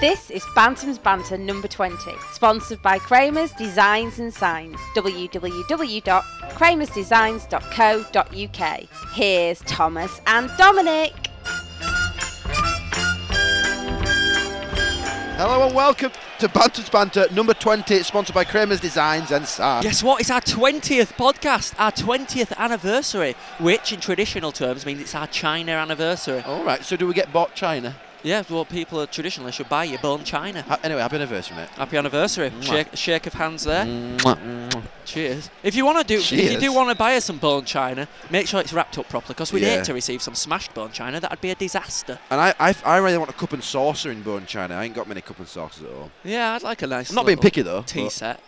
This is Bantam's Banter number 20, sponsored by Kramer's Designs and Signs, www.kramersdesigns.co.uk. Here's Thomas and Dominic. Hello and welcome to Banter's Banter number 20, sponsored by Kramer's Designs and Signs. Guess what? It's our 20th podcast, our 20th anniversary, which in traditional terms means it's our China anniversary. All right, so do we get bought China? Yeah, well, people are traditionally should buy your bone China. Ha- Anyway, happy anniversary, mate. Happy anniversary. Mwah. Shake, shake of hands there. Mwah. Cheers. If you want to do, if you Cheers. do want to buy us some bone china, make sure it's wrapped up properly, because we'd Yeah. hate to receive some smashed bone china. That'd be a disaster. And I, I, I really want a cup and saucer in bone China. I ain't got many cup and saucers at all. Yeah, I'd like a nice. I'm not being little picky though. Tea set.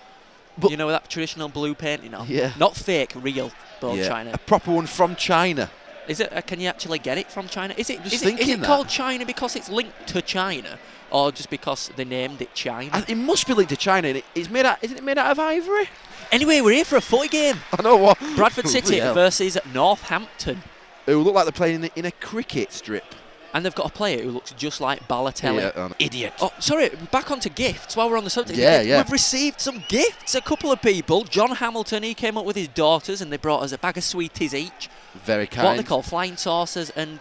but- you know, with that traditional blue painting on. Yeah. Not fake, real but- bone yeah, china. A proper one from China. Is it? Uh, can you actually get it from China? Is it? just is it, is thinking it that. called China because it's linked to China, or just because they named it China? And it must be linked to China. and it- It's made out, isn't it made out of ivory? anyway, we're here for a footy game. I know what. Bradford Bloody City hell. versus Northampton, Who look like they're playing in a, in a cricket strip. and they've got a player who looks just like Balotelli. Yeah, um, I know. Idiot. Oh, sorry. Back onto gifts while we're on the subject. of Yeah, gifts, yeah. We've received some gifts. A couple of people. John Hamilton. He came up with his daughters, and they brought us a bag of sweeties each. Very kind. What are they called? Flying saucers and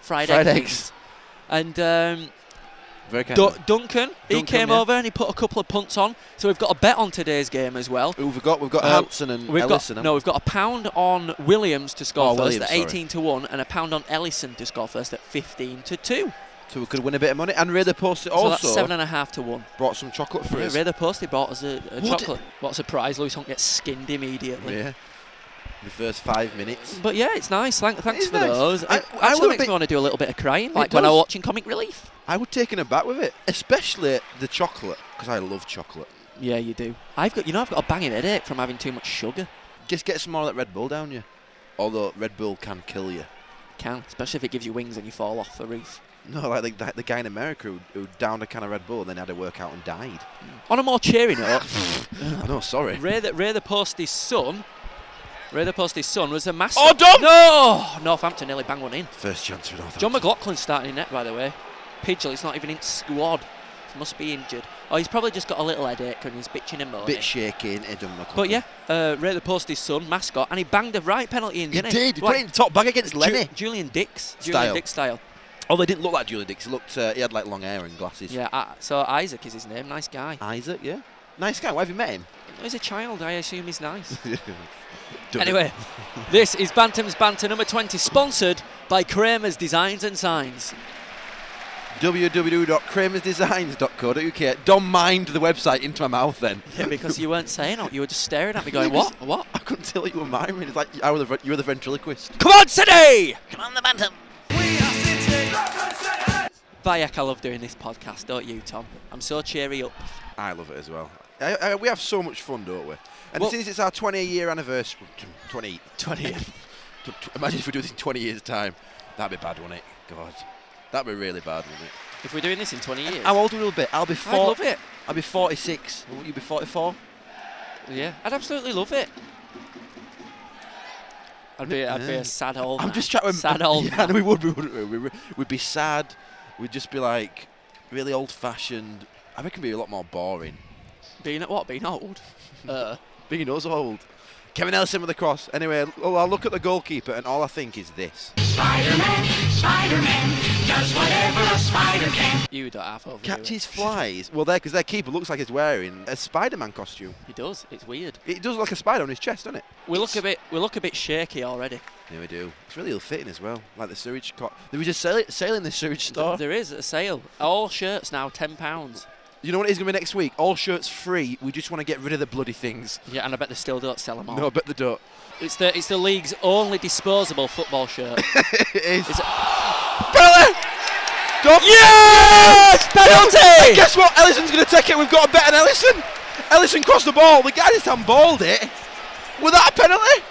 fried, Fried eggs. And um, Very kind. Du- Duncan, he Duncan, came yeah. over and he put a couple of punts on. So we've got a bet on today's game as well. Who have we got? We've got Uh, Hanson and We've Ellison. got haven't no, we've got a pound on Williams to score Oh, first Williams, at sorry. 18 to one, and a pound on Ellison to score first at 15 to two. So we could win a bit of money. And Raider Post so also that's seven and a half to one. brought some chocolate for Yeah, us. Ray the post, he brought us a, a What chocolate. What a surprise! Lewis Hunt gets skinned immediately. Yeah. The first five minutes. But yeah, it's nice. Thank, thanks is for nice. those. I- It I actually would makes be- me want to do a little bit of crying, like when does. I'm watching Comic Relief. I was taken aback with it, especially the chocolate, because I love chocolate. Yeah, you do. I've got, you know, I've got a banging headache from having too much sugar. Just get some more of that Red Bull down you. Although Red Bull can kill you. Can especially if it gives you wings and you fall off a roof. No, like the, the guy in America who, who downed a can of Red Bull and then had a workout and died. On a more cheery note, I know, sorry. Ray the, Ray the Post's son, Ray the Post's son was the master. Oh, Dom! No, Northampton nearly banged one in. First chance for Northampton. John McLaughlin starting in net, by the way. Pidgel, he's not even in squad. He must be injured. Oh, he's probably just got a little headache and he's bitching and moaning. Bit shaky, ain't it, John McLaughlin? But yeah, uh, Ray the Post's son, mascot, and he banged a right penalty in, He didn't did. He Like put it in the top bag against Ju- Lenny. Julian Dix. Style. Julian Dix style. Although he didn't look like Julian Dix. He looked, uh, he had like long hair and glasses. Yeah, uh, so Isaac is his name. Nice guy. Isaac, yeah. Nice guy. Why have you met him? He's a child, I assume he's nice. Done it. Anyway, this is Bantam's Banter number 20, sponsored by Kramer's Designs and Signs. www.kramersdesigns.co.uk. Don't mind the website into my mouth then. Yeah, because you weren't saying it, you were just staring at me Yeah, going, 'cause what? What? I couldn't tell you were miming. It's like I were the, you were the ventriloquist. Come on, City! Come on, the bantam. Bayek, I love doing this podcast, don't you, Tom? I'm so cheery up. I love it as well. I, I, we have so much fun, don't we? And Well- since it's our 20 year anniversary, 20, 20. tw- tw- imagine if we do this in 20 years' time. That'd be bad, wouldn't it? God. That'd be really bad, wouldn't it? if we're doing this in 20 years, How old will we be? I'll be I'd four. love it. I'll be 46. Will you be 44? Yeah, I'd absolutely love it. I'd be, I'd be Yeah. a sad old. I'm man. just trying to sad old. Yeah, man. no, we would, we would, we would. We'd be sad. We'd just be like really old-fashioned. I reckon it'd be a lot more boring. Being at what? Being old. Uh, Being us old. Kevin Ellison with the cross. Anyway, l- I look at the goalkeeper and all I think is this. Spider-Man, Spider-Man, does whatever a spider can. you don't have over. Catches flies. Well, there because their keeper looks like he's wearing a Spider-Man costume. He does. It's weird. It does look like a spider on his chest, doesn't it? We look a bit. We look a bit shaky already. Yeah, we do. It's really ill-fitting as well. Like the sewage. Co- there was a sale, sale in the sewage store. There is a sale. All shirts now ten pounds. You know what it is going to be next week? All shirts free. We just want to get rid of the bloody things. Yeah, and I bet they still don't sell them all. No, I bet they don't. It's the it's the league's only disposable football shirt. It is. It's a- Penalty! Dom- yes, And penalty. guess what? Ellison's going to take it. We've got a bet on Ellison. Ellison crossed the ball. The guy just handballed it. Was that a penalty?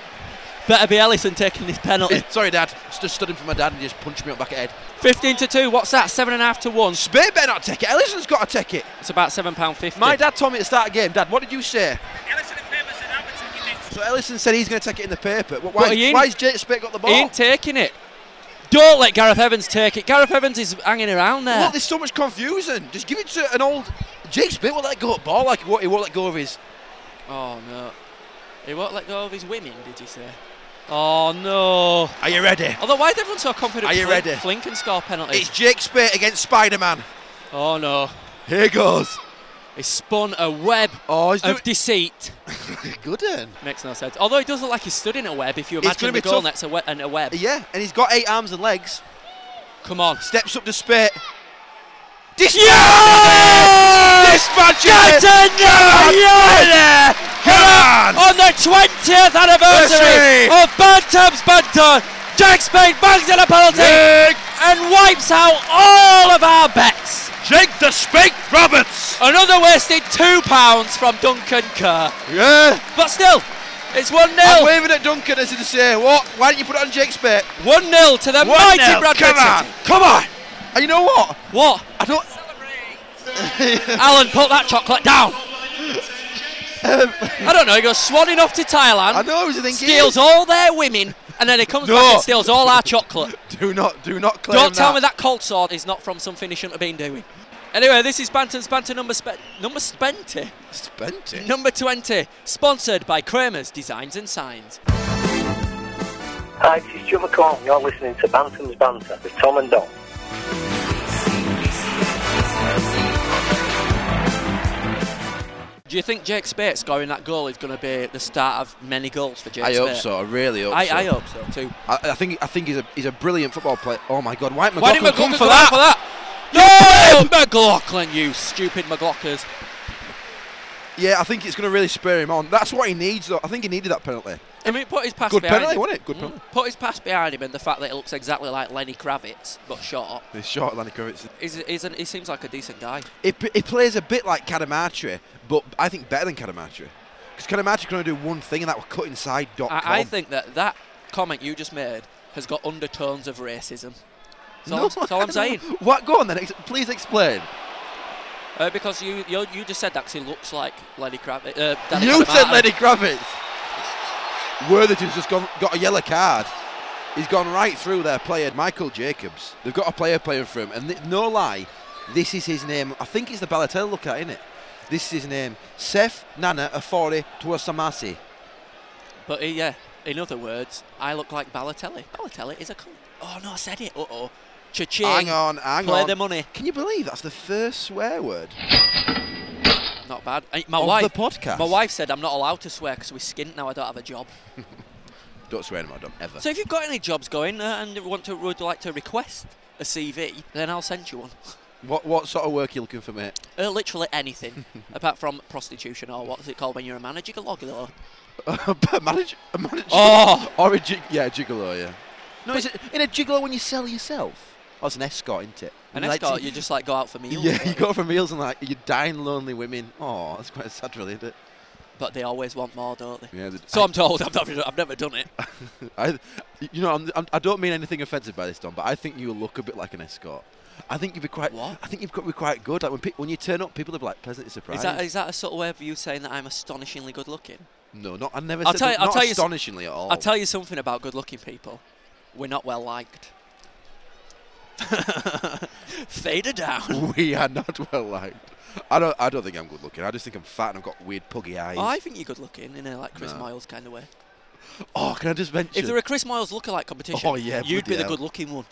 Better be Ellison taking this penalty. Eh, Sorry, Dad. Just stood in for my dad and he just punched me up back of the head. Fifteen to two. What's that? Seven and a half to one. Spade better not take it. Ellison's got to take it. It's about seven pound fifty. My dad told me to start a game. Dad, what did you say? Ellison and Pemberton said Albert took it next. So Ellison said he's going to take it in the paper. Wh- But Why, he ain't- why has Jake Spade got the ball? He ain't taking it. Don't let Gareth Evans take it. Gareth Evans is hanging around there. Look, there's so much confusion. Just give it to an old Jake Smith. Will let go at ball like he won't, he won't let go of his. Oh no. He won't let go of his women, did you say? Oh no. Are you ready? Although why is everyone so confident Are you Flin- ready? Flynn can score penalties? It's Jake Spate against Spider-Man. oh no. Here goes. He spun a web Oh, he's doing of deceit. good. Then. Makes no sense. Although it does look like he's stood in a web if you It's imagine gonna be the goal tough. net's a we- and a web. Yeah, and he's got eight arms and legs. Come on. Steps up to Spate. Dispatches Yes! it! Dispatches it! Get in there, Come on! yes! Come on! On the 20th anniversary Anniversary! of Bad Tabs Banton, Jack Spade bangs in a penalty Jake, and wipes out all of our bets. Jake the Spate Roberts! Another wasted two pounds from Duncan Kerr. Yeah! But still, it's 1 I'm 0. waving at Duncan as if to say, what? Why didn't you put it on Jake Spate? 1 0 to the One mighty nil. Bradford Come on! City. Come on! And you know what? What? I don't. Alan, put that chocolate down. I don't know. He goes swanning off to Um, I Thailand, know. I was thinking. steals all their women, and then he comes No. back and steals all our chocolate. Do not, do not claim Don't tell me that. that cold sword is not from something he shouldn't have been doing. Anyway, this is Banton's Banton number spe- number spente. Spent it. Number 20, sponsored by Kramer's Designs and Signs. Hi, this is Joe McCall. You're listening to Bantam's Banter with Tom and Don. Do you think Jake Spate scoring that goal is going to be the start of many goals for Jake I Spate? hope so. I really hope I, so. I hope so too. I, I think I think he's a he's a brilliant football player. Oh my God! White Why McLaughlin didn't McLaughlin come for that? For that? No, McLaughlin, you stupid McLaughlins. Yeah, I think it's going to really spur him on. That's what he needs, though. I think he needed that penalty. I mean, put his pass Good behind penalty, him. wasn't it? Good Mm. penalty. Put his pass behind him, and the fact that it looks exactly like Lenny Kravitz but short. He's short, Lenny Kravitz. He's, he's an, he seems like a decent guy. He, p- he plays a bit like Kadamatri, but I think better than Kadamatri. Because Kadamatri can only do one thing, and that was cut inside. Dot com. I, I think that that comment you just made has got undertones of racism. That's all, No, I'm- that's all I I'm don't know. saying. What? Go on then. Ex- please explain. Uh, because you, you you just said that 'cause he looks like Lenny Kravitz. Uh, Danny you said Kravitz. Lenny Kravitz. Worthington's just gone, got a yellow card. He's gone right through their player, Michael Jacobs. They've got a player playing for him, and th- no lie, this is his name. I think it's the Balotelli look at, isn't it? This is his name, Sef Nana Afori Tuosamasi. But uh, yeah, in other words, I look like Balotelli. Balotelli is a cunt. Oh no, I said it. Uh oh. Cha-ching. Hang on, hang Play on. the money. Can you believe that's the first swear word? Not bad. Hey, my Of wife. the podcast. My wife said I'm not allowed to swear because we're skint now. I don't have a job. Don't swear anymore, don't ever. So if you've got any jobs going uh, and you want to would like to request a CV, then I'll send you one. what what sort of work are you looking for, mate? Uh, literally anything, apart from prostitution or what's it called when you're a manager? Gigolo. a manager, a manager, Oh. or a gig, yeah, a gigolo, yeah. No, is it in a gigolo when you sell yourself? Oh, it's an escort, isn't it? An You like to- escort, you just like go out for meals. yeah, don't you go for meals and like you dine lonely women. Oh, that's quite sad, really, isn't it? But they always want more, don't they? Yeah. So I'm told. I've never, I've never done it. I, you know, I'm, I'm, I don't mean anything offensive by this, Don, but I think you look a bit like an escort. I think you'd be quite. What? I think you've got to be quite good. Like when pe- when you turn up, people are like pleasantly surprised. Is that is that a sort of way of you saying that I'm astonishingly good looking? no, not. I never I'll said. tell that- you- I'll not tell you s- astonishingly at all. I'll tell you something about good looking people. We're not well liked. Fader down. we are not well liked. I don't. I don't think I'm good looking. I just think I'm fat and I've got weird puggy eyes. I think you're good looking in a like Chris No. Miles kind of way. Oh, can I just mention? If there were a Chris Miles lookalike competition, Oh, yeah, you'd be bloody the hell. good looking one.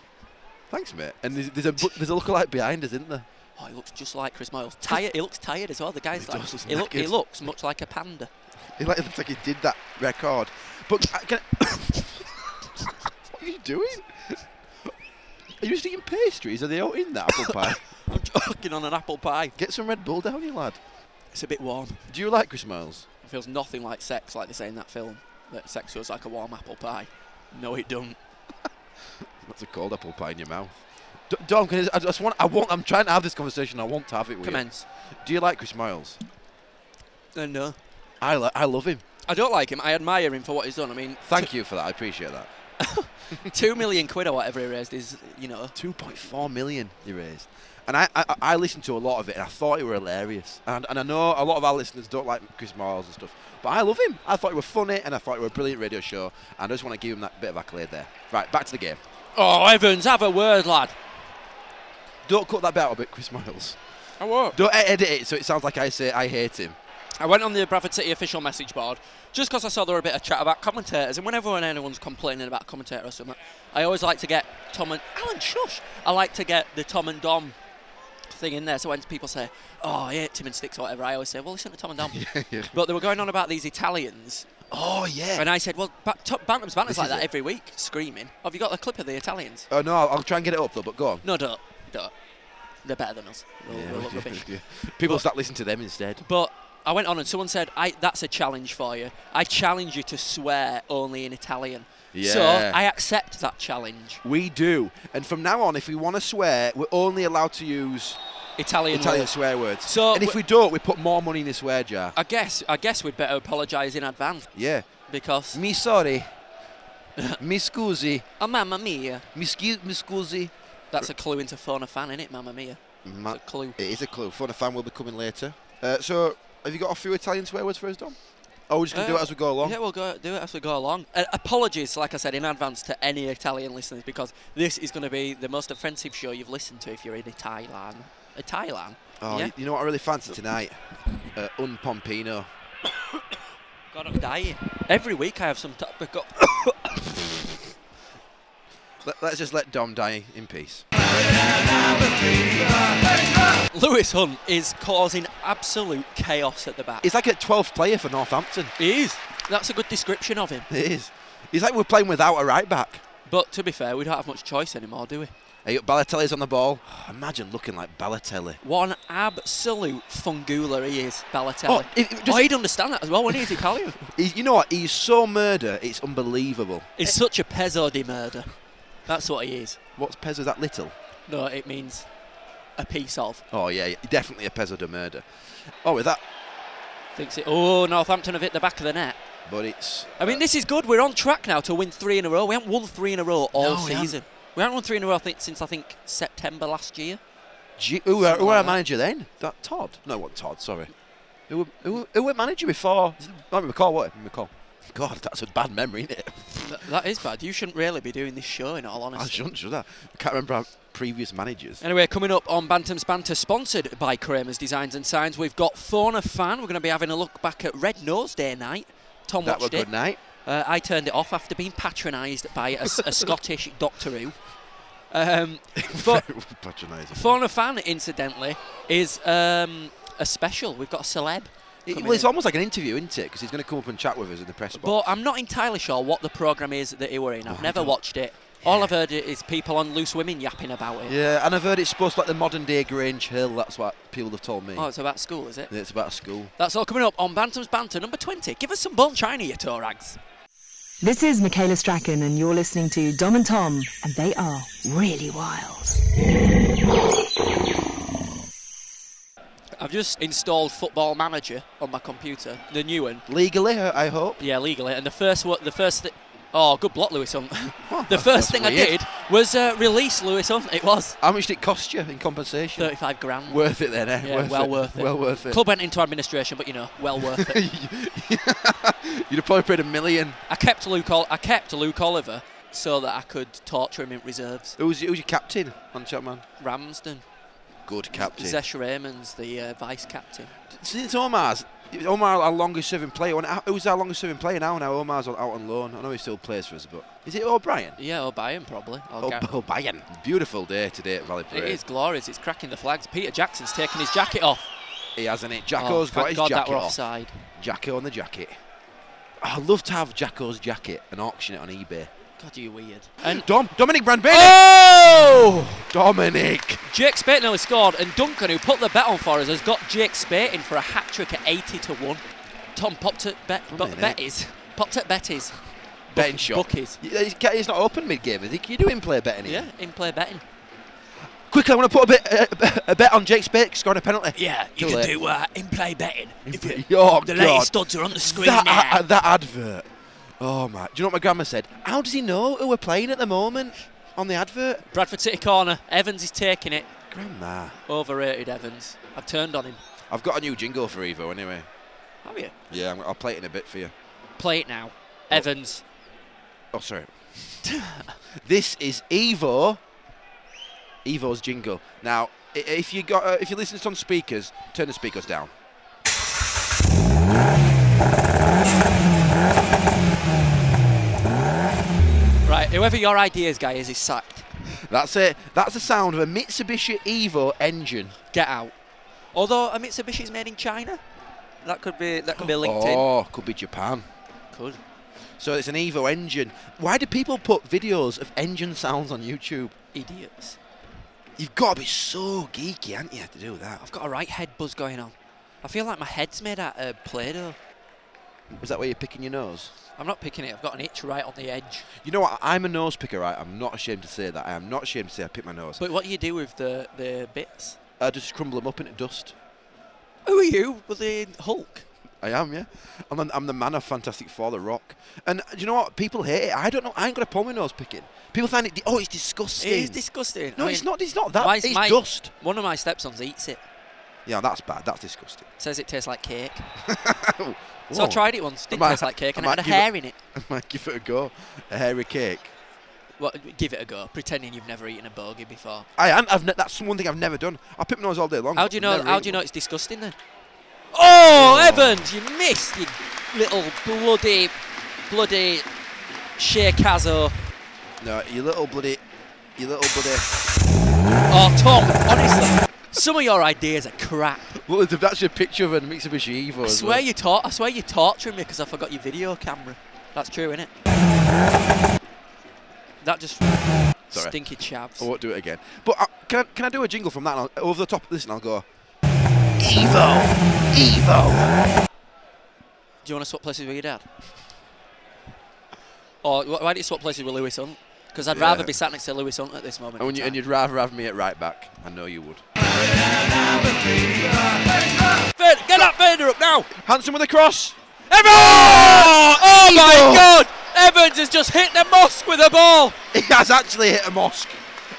Thanks, mate. And there's, there's a bu- there's a lookalike behind us, isn't there? Oh, he looks just like Chris Miles. Tired. He looks tired as well. The guy's He like does, he's he, look, he knackered. looks much like a panda. It like, looks like he did that record. But I can what are you doing? Are you just eating pastries? Are they all in that apple pie? I'm joking on an apple pie. Get some Red Bull down, you lad. It's a bit warm. Do you like Chris Miles? It feels nothing like sex, like they say in that film. That sex feels like a warm apple pie. No, it don't. That's a cold apple pie in your mouth. D- Dom, can I, I just want I want I'm trying to have this conversation. I want to have it with Commence. you. Do you like Chris Miles? Uh, no. I li- I love him. I don't like him. I admire him for what he's done. I mean, Thank you for that. I appreciate that. two million quid or whatever he raised is, you know. 2.4 million he raised. And I, I, I listened to a lot of it and I thought it were hilarious. And, and I know a lot of our listeners don't like Chris Miles and stuff, but I love him. I thought it were funny and I thought it were a brilliant radio show. And I just want to give him that bit of accolade there. Right, back to the game. Oh, Evans, have a word, lad. Don't cut that bit out a bit, Chris Miles. I won't. Don't e- edit it so it sounds like I say I hate him. I went on the Bradford City official message board just because I saw there were a bit of chat about commentators, and whenever when anyone's complaining about a commentator or something, I always like to get Tom and Alan Shush. I like to get the Tom and Dom thing in there. So when people say, "Oh, I hate Tim and Sticks" or whatever, I always say, "Well, listen to Tom and Dom." yeah. But they were going on about these Italians, Oh yeah. and I said, "Well, ba- top Bantam's banners This like is that it. every week, screaming. Have you got a clip of the Italians?" oh no, I'll, I'll try and get it up though. But go on. No, don't, don't. They're better than us. They'll, Yeah, they'll look rubbish. yeah. People But- start listening to them instead. But I went on and someone said, I, "That's a challenge for you. I challenge you to swear only in Italian." So Yeah. I accept that challenge. We do, and from now on, if we want to swear, we're only allowed to use Italian. Italian word. swear words. So and if w- we don't, we put more money in the swear jar. I guess I guess we'd better apologise in advance yeah. because Mi sorry. mi scusi. oh mamma mia, Mi, scu- mi scusi. that's a clue into phone a fan, isn't it? Mamma mia, Ma- It's a clue. It is a clue. Fun of fan will be coming later. Uh, so, have you got a few Italian swear words for us, Dom? Oh, we're just going to do it Uh, as we go along. Yeah, we'll go do it as we go along. Uh, apologies, like I said, in advance to any Italian listeners because this is going to be the most offensive show you've listened to if you're in Thailand. Thailand. oh, yeah. y- you know what I really fancy tonight? Uh, un pompino. God, I'm dying. Every week I have some topical. Let, let's just let Dom die in peace. Lewis Hunt is causing absolute chaos at the back. He's like a 12th player for Northampton. He is. That's a good description of him. It is. He's like we're playing without a right back. But to be fair, we don't have much choice anymore, do we? Hey, Balotelli's on the ball. Imagine looking like Balotelli. What an absolute fungula he is, Balotelli. Oh, it- it oh, just- he'd understand that as well, wouldn't he? He's Italian. He's, you know what? He's so murder, it's unbelievable. He's such a pezzo di murder. That's what he is. What's Pezzo? Is that little? No, it means a piece of. Oh, yeah, yeah, definitely a Pezzo de murder. Oh, with that, Thinks it. Oh, Northampton have hit the back of the net. but it's. uh, I mean, this is good. We're on track now to win three in a row. We haven't won three in a row all No, we haven't. season. We haven't won three in a row I think, since I think September last year. Gee, who were, Something who were like our that. manager then? That Todd? No, it wasn't Todd, sorry. Who, were- who, were- who were manager before? Not McCall, what? McCall. God, that's a bad memory, isn't it? Th- that is bad. You shouldn't really be doing this show, in all I honesty. shouldn't, should I? I can't remember our previous managers. Anyway, coming up on Bantam's Banter, sponsored by Kramer's Designs and Signs, we've got Fauna Fan. We're going to be having a look back at Red Nose Day night. Tom That were watched it. good night. Uh, I turned it off after being patronised by a, s- a Scottish Doctor Who. Um, but Patronising. Fauna Fan, incidentally, is um, a special. We've got a celeb. It- coming well, it's in. almost like an interview, isn't it? Because he's going to come up and chat with us in the press box. But I'm not entirely sure what the programme is that he were in. I've I never don't- watched it. All I've heard is people on Loose Women yapping about it. Yeah, and I've heard it's supposed to be like the modern day Grange Hill. That's what people have told me. Oh, it's about school, is it? It's about a school. That's all coming up on Bantam's Banter number 20. Give us some bone china, you Torags. This is Michaela Strachan, and you're listening to Dom and Tom, and they are really wild. I've just installed Football Manager on my computer, the new one. Legally, I I hope. Yeah, legally. And the first what the first thi- Oh, good block, Lewis Hunt. the that's- first that's thing I weird. did was uh, release Lewis Hunt. It was How much did it cost you in compensation? 35 grand. Worth it then, eh? yeah, well worth it. Well worth it. Club went into administration, but you know, well worth it. You'd have probably paid a million. I kept Luke. Ol- I kept Luke Oliver so that I could torture him in reserves. Who's, who's your captain on Chapman? Ramsden, Good captain. Zesh Raymond's the uh, vice captain. Since Omar's, Omar, our longest serving player, and how- who's our longest serving player now? Now Omar's on- out on loan. I know he still plays for us, but is it O'Brien? Yeah, O'Brien probably. Or O'B- Gar- O'Brien. Beautiful day today at Valley It Parade. is glorious. It's cracking the flags. Peter Jackson's taking his jacket off. He hasn't it. oh, Jacko's thank got his God that jacket were off. offside. Jacko on the jacket. I'd love to have Jacko's jacket and auction it on eBay. God, you weird. And Dom, Dominic Brandbain. oh, Dominic. Jake Spate nearly scored, and Duncan, who put the bet on for us, has got Jake Spate in for a hat trick at 80 to one. Tom popped at bet, One but minute. betties, popped at betties. Betting shop. Buckies. Yeah, He's, ca- he's not open mid game, is he? Can you do in play betting? here? Yeah, in play betting. Quickly, I want to put a bit a, bet on Jake Spake scoring a penalty. Yeah, you Too can late. do uh, in play betting. If you, Oh, the God. latest studs are on the screen That, now. a- that advert. Oh, my. Do you know what my grandma said? How does he know who we're playing at the moment on the advert? Bradford City corner. Evans is taking it. Grandma. Overrated Evans. I've turned on him. I've got a new jingle for Evo anyway. Have you? Yeah, I'm, I'll play it in a bit for you. Play it now. Evans. Oh, sorry. This is Evo. Evo's jingle. Now, i- if you got, uh, if you listen to it on speakers, turn the speakers down. Right, whoever your ideas guy is, is sacked. That's it. That's the sound of a Mitsubishi Evo engine. Get out. Although a Mitsubishi's made in China, that could be that could be linked Oh, could be Japan. in. Could. So it's an Evo engine. Why do people put videos of engine sounds on YouTube? Idiots. You've got to be so geeky, haven't you, to do that? I've got a right head buzz going on. I feel like my head's made out of Play-Doh. Was that where you're picking your nose? I'm not picking it. I've got an itch right on the edge. You know what? I'm a nose picker, right? I'm not ashamed to say that. I am not ashamed to say I pick my nose. But what do you do with the the bits? I just crumble them up into dust. Who are you? Well, the Hulk. I am, yeah. I'm the, I'm the man of Fantastic Four, The Rock. And uh, do you know what? People hate it. I don't know. I ain't got a problem with nose picking. People find it. di- oh, it's disgusting. It is disgusting. No, I it's mean, not. It's not that. why is It's my- dust. One of my stepsons eats it. Yeah, that's bad. That's disgusting. Says it tastes like cake. Oh, So I whoa. tried it once. Didn't might- taste like cake, I and it had might a give it- hair in it. I might give it a go. A hairy cake. Well, give it a go. Pretending you've never eaten a bogey before. I am. I've ne- that's one thing I've never done. I pick my nose all day long. How do you I've know? never How eaten do you know one. it's disgusting then? Oh, Evans, you missed, you little bloody, bloody shakazo. No, you little bloody, you little bloody. Oh, Tom, honestly, some of your ideas are crap. Well, there's actually a picture of a Mitsubishi Evo. I as swear well. you taught. I swear you're torturing me because I forgot your video camera. That's true, innit? That just Sorry. Oh, stinky chavs. I won't do it again. But uh, can I, can I do a jingle from that? And I'll, over the top of this, and I'll go. Do you want to swap places with your dad? Or wh- why don't you swap places with Lewis Hunt? Because I'd rather Yeah. be sat next to Lewis Hunt at this moment. And, when in you, time. and you'd rather have me at right back. I know you would. Fed- get that Vader up now! Hanson with a cross. Evans! Oh, my God! Evans has just hit the mosque with a ball. He has actually hit a mosque,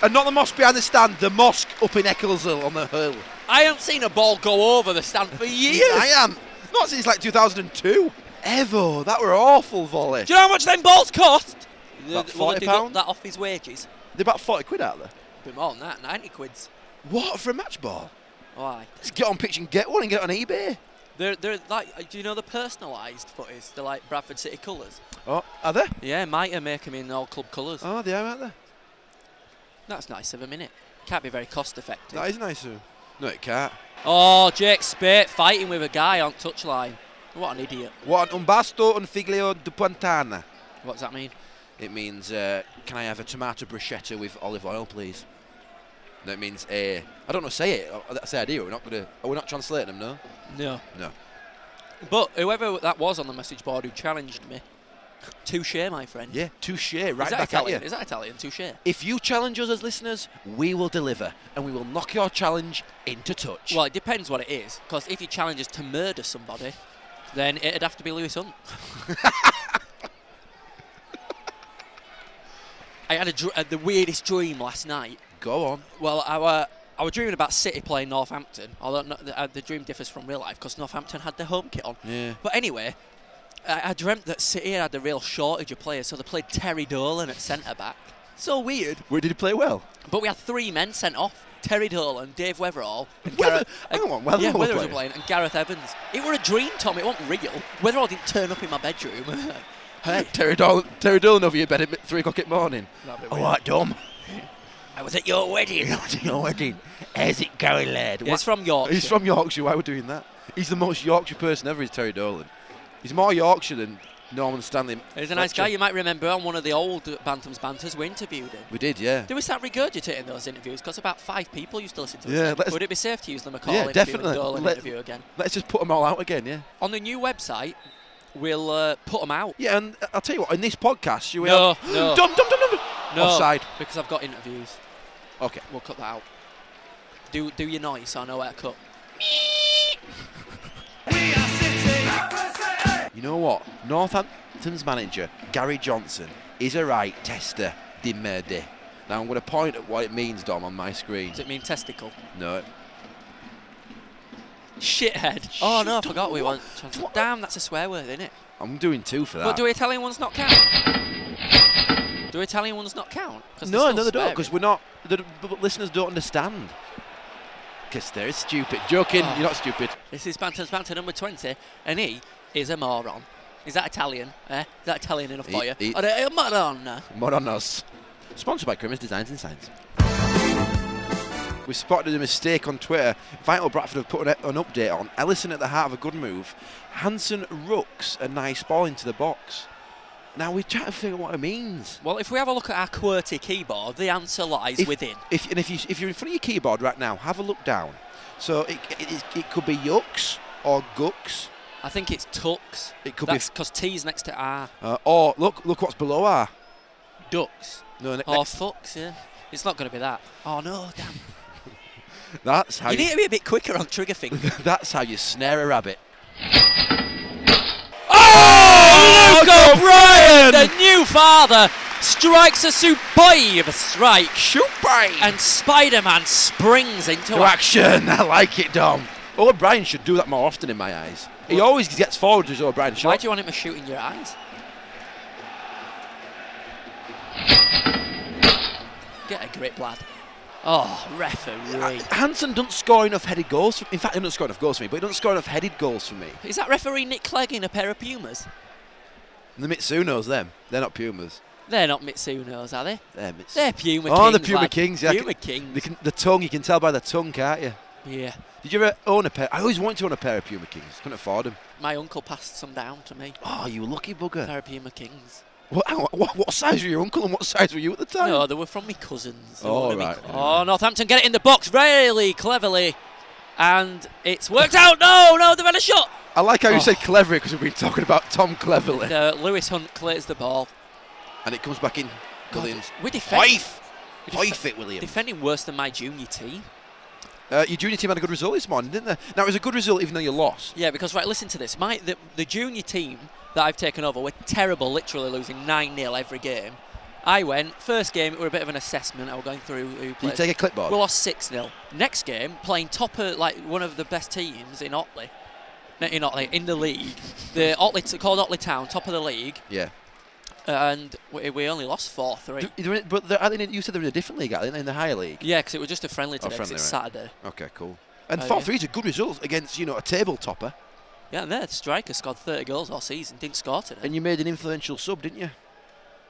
and not the mosque behind the stand. The mosque up in Eccleshill on the hill. I haven't seen a ball go over the stand for years. I am. Not since like 2002. Ever. That were awful volley. Do you know how much them balls cost? About Will £40? they deduct That off his wages. They're about 40 quid out there. Bit more than that, 90 quids. What for a match ball? Why? Let's get on pitch and get one and get it on eBay. They're, they're like, uh, do you know the personalised footies? They're like Bradford City colours. Oh, are they? Yeah, might make them in all club colours. Oh, they are, aren't they? That's nice of him, innit? Can't be very cost effective. That is nice of 'em. No, it can't. Oh, Jake Spate fighting with a guy on touchline. What an idiot. What an umbasto and figlio di Pantana. What does that mean? It means, uh, can I have a tomato bruschetta with olive oil, please? That means, uh, I don't know, say it. Oh, That's the idea. We're not going to, oh, we're not translating them, no? No. No. But whoever that was on the message board who challenged me, touche, my friend. Yeah, touche, right Is that back Italian? at you. Is that Italian? Touche. If you challenge us as listeners, we will deliver and we will knock your challenge into touch. Well, it depends what it is. Because if you challenge us to murder somebody, then it'd have to be Lewis Hunt. I had a dr- uh, the weirdest dream last night. Go on. Well, I were, I were dreaming about City playing Northampton, although no, the, uh, the dream differs from real life because Northampton had their home kit on. Yeah. But anyway, I, I dreamt that City had a real shortage of players, so they played Terry Dolan at centre back. So weird. Where did he play well? But we had three men sent off. Terry Dolan, Dave Weatherall, and Weather- Gareth. hang on, Weatherall yeah, were Weatherall was playing? playing, and Gareth Evans. It were a dream, Tom. It wasn't real. Weatherall didn't turn up in my bedroom. hey, Terry Dolan, Terry Dolan over your bed at three o'clock in the morning. That'd be All weird. right, Dom. I was at your wedding. your wedding. How's it going, lad? He's from Yorkshire. He's from Yorkshire. Why are we doing that? He's the most Yorkshire person ever. Is Terry Dolan? He's more Yorkshire than Norman Stanley. He's a nice Fletcher. guy. You might remember on one of the old Bantams Banters, we interviewed him. We did, yeah. Do we start regurgitating those interviews? Because about five people used to listen to Yeah, us. let's- Would it be safe to use the McCall Yeah, interview definitely. and Dolan Let- interview again? Let's just put them all out again, yeah. On the new website, we'll uh, put them out. Yeah, and uh, I'll tell you what. In this podcast, you No, have no. Dom, Dom, Dom, Dom. No, Offside. because I've got interviews. Okay. We'll cut that out. Do do your noise so I know where to cut. You know what? Northampton's manager Gary Johnson is a right tester de merde. Now I'm going to point at what it means, Dom, on my screen. Does it mean testicle? No, Shithead. Oh no, I Shit, forgot we what- want. Damn, that's a swear word, isn't it? Ah. I'm doing two for that. But do Italian ones not count? Do Italian ones not count? 'Cause they're No, still no, they don't, because swearing. we're not. The, the listeners don't understand. Because they're stupid. Joking, Oh. you're not stupid. This is Bantam's Bantam number 20, and he is a moron. Is that Italian? Eh? Is that Italian enough He- for you? he- Are they a moron? More on us. Sponsored by Crimmins Designs and Signs. We spotted a mistake on Twitter. Vital Bradford have put an, an update on. Ellison at the heart of a good move. Hanson rooks a nice ball into the box. Now we're trying to figure out what it means. Well, if we have a look at our QWERTY keyboard, the answer lies if, within. If, and if, you, if you're in front of your keyboard right now, have a look down. So it, it, is- it could be yucks or gucks. I think it's tux. It could be That's because T's next to R. Uh, or look, look what's below R. Ducks. No, ne- Or next- fucks, yeah. It's not going to be that. Oh, no, damn. that's how you you, need to be a bit quicker on trigger finger. that's how you snare a rabbit. oh, Luke O'Brien! The new father strikes a superb strike, Shoot bang! and Spider-Man springs into To action. action! I like it, Dom. O'Brien should do that more often in my eyes. He always gets forward as O'Brien. Why Shot. do you want him to shoot in your eyes? Get a grip, lad. Oh, referee. Hanson doesn't score enough headed goals. For, in fact, he doesn't score enough goals for me, but he doesn't score enough headed goals for me. Is that referee Nick Clegg in a pair of Pumas? And the Mitsunos, them. They're not Pumas. They're not Mitsunos, are they? They're Mitsunos. They're Puma oh, Kings. the Puma lad. Kings. Yeah, I Puma can- Kings. they can- the tongue, you can tell by the tongue, can't you? yeah. Did you ever own a pair? I always wanted to own a pair of Puma Kings. Couldn't afford them. My uncle passed some down to me. Oh, you lucky bugger. Pair of Puma Kings. What, hang on, what, what size were your uncle and what size were you at the time? No, they were from my cousins. They Oh, weren't my right, cl- yeah. oh, Northampton get it in the box really cleverly. And it's worked out. No, no, they've had a shot. I like how Oh. you said clever because we've been talking about Tom Cleverly. And, uh, Lewis Hunt clears the ball. And it comes back in. Williams. We defend. Hoif! Hoif it, Williams. Defending worse than my junior team. Uh, your junior team had a good result this morning, didn't they? Now, it was a good result even though you lost. Yeah, because right, listen to this. My the, the junior team that I've taken over were terrible, literally losing nine 0 every game. I went first game. It were a bit of an assessment. I was going through who Did you played. take a clipboard? we lost six 0 Next game, playing top of like one of the best teams in Otley, No, in Otley in the league. The Otley called Otley Town, top of the league, yeah. and we, we only lost four three. Do- they're in- but they're, are they in- you said they're in a different league, aren't they? In the higher league. Yeah, because it was just a friendly today. 'cause Oh, friendly, it's right. Saturday. Okay, cool. And Oh, 4 yeah. 3 is a good result against, you know, a table topper. Yeah, and their striker scored 30 goals all season. Didn't score today. And you made an influential sub, didn't you?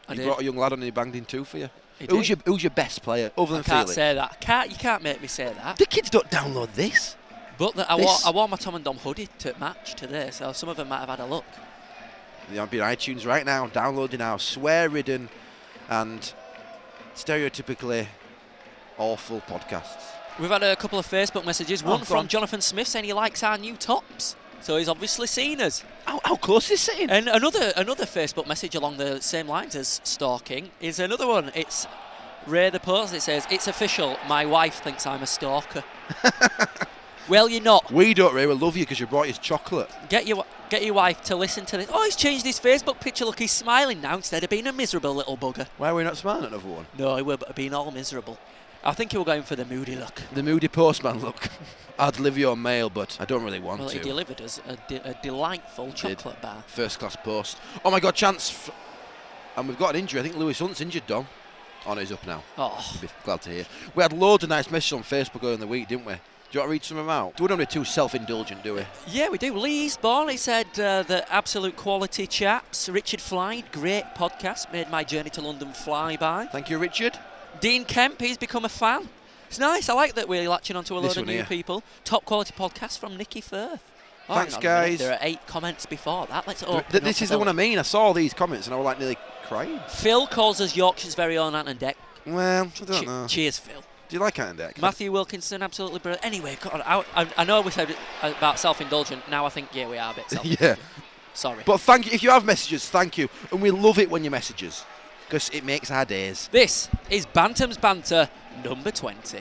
I you did. brought a young lad on and he banged in two for you. He who's, did. your, who's your best player other than I can't Felix? say that. Can't you can't make me say that. The kids don't download this. But the, I, wore, This- I wore my Tom and Dom hoodie to match today, so some of them might have had a look. They're on iTunes right now, downloading our swear ridden and stereotypically awful podcasts. We've had a couple of Facebook messages. Oh, One go from on. Jonathan Smith saying he likes our new tops, so he's obviously seen us. How, how close is it? And another another Facebook message along the same lines as stalking is another one. It's Ray the Post. It says it's official. My wife thinks I'm a stalker. well, you're not. We don't really love you because you brought us chocolate. Get your wi- get your wife to listen to this. Oh, he's changed his Facebook picture. Look, he's smiling now instead of being a miserable little bugger. Why are we not smiling at another one? No, he were being all miserable. I think he were going for the moody look. The moody postman look. I'll deliver your mail, but I don't really want Well, he to. delivered us a, de- a delightful Did. chocolate bar. First class post. Oh my God, chance. F- and we've got an injury. I think Lewis Hunt's injured, Dom. Oh, no, he's up now. Oh, Be glad to hear. We had loads of nice messages on Facebook earlier in the week, didn't we? Do you want to read some of them out? We're not really too self indulgent, do we? yeah, we do. Lee Eastbourne, he said uh, the absolute quality chaps. Richard Fly, great podcast, made my journey to London fly by. Thank you, Richard. Dean Kemp, he's become a fan. It's nice. I like that we're latching onto a This load one of new here. people. Top quality podcast from Nikki Firth. Oh, Thanks, hang on a minute, guys. There are eight comments before that. Let's Th- open th- up this is a the one I little- mean. I saw all these comments and I was like nearly crying. Phil calls us Yorkshire's very own Ant and Deck. Well, I don't Che- know. Cheers, Phil. Do you like Ant and Dec? Matthew Wilkinson, absolutely brilliant. Anyway, God, I, I, I know we said it about self-indulgent. Now I think, yeah, we are a bit self-indulgent. yeah. Sorry. But thank you. If you have messages, thank you. And we love it when you message us because it makes our days. this is Bantam's Banter number 20.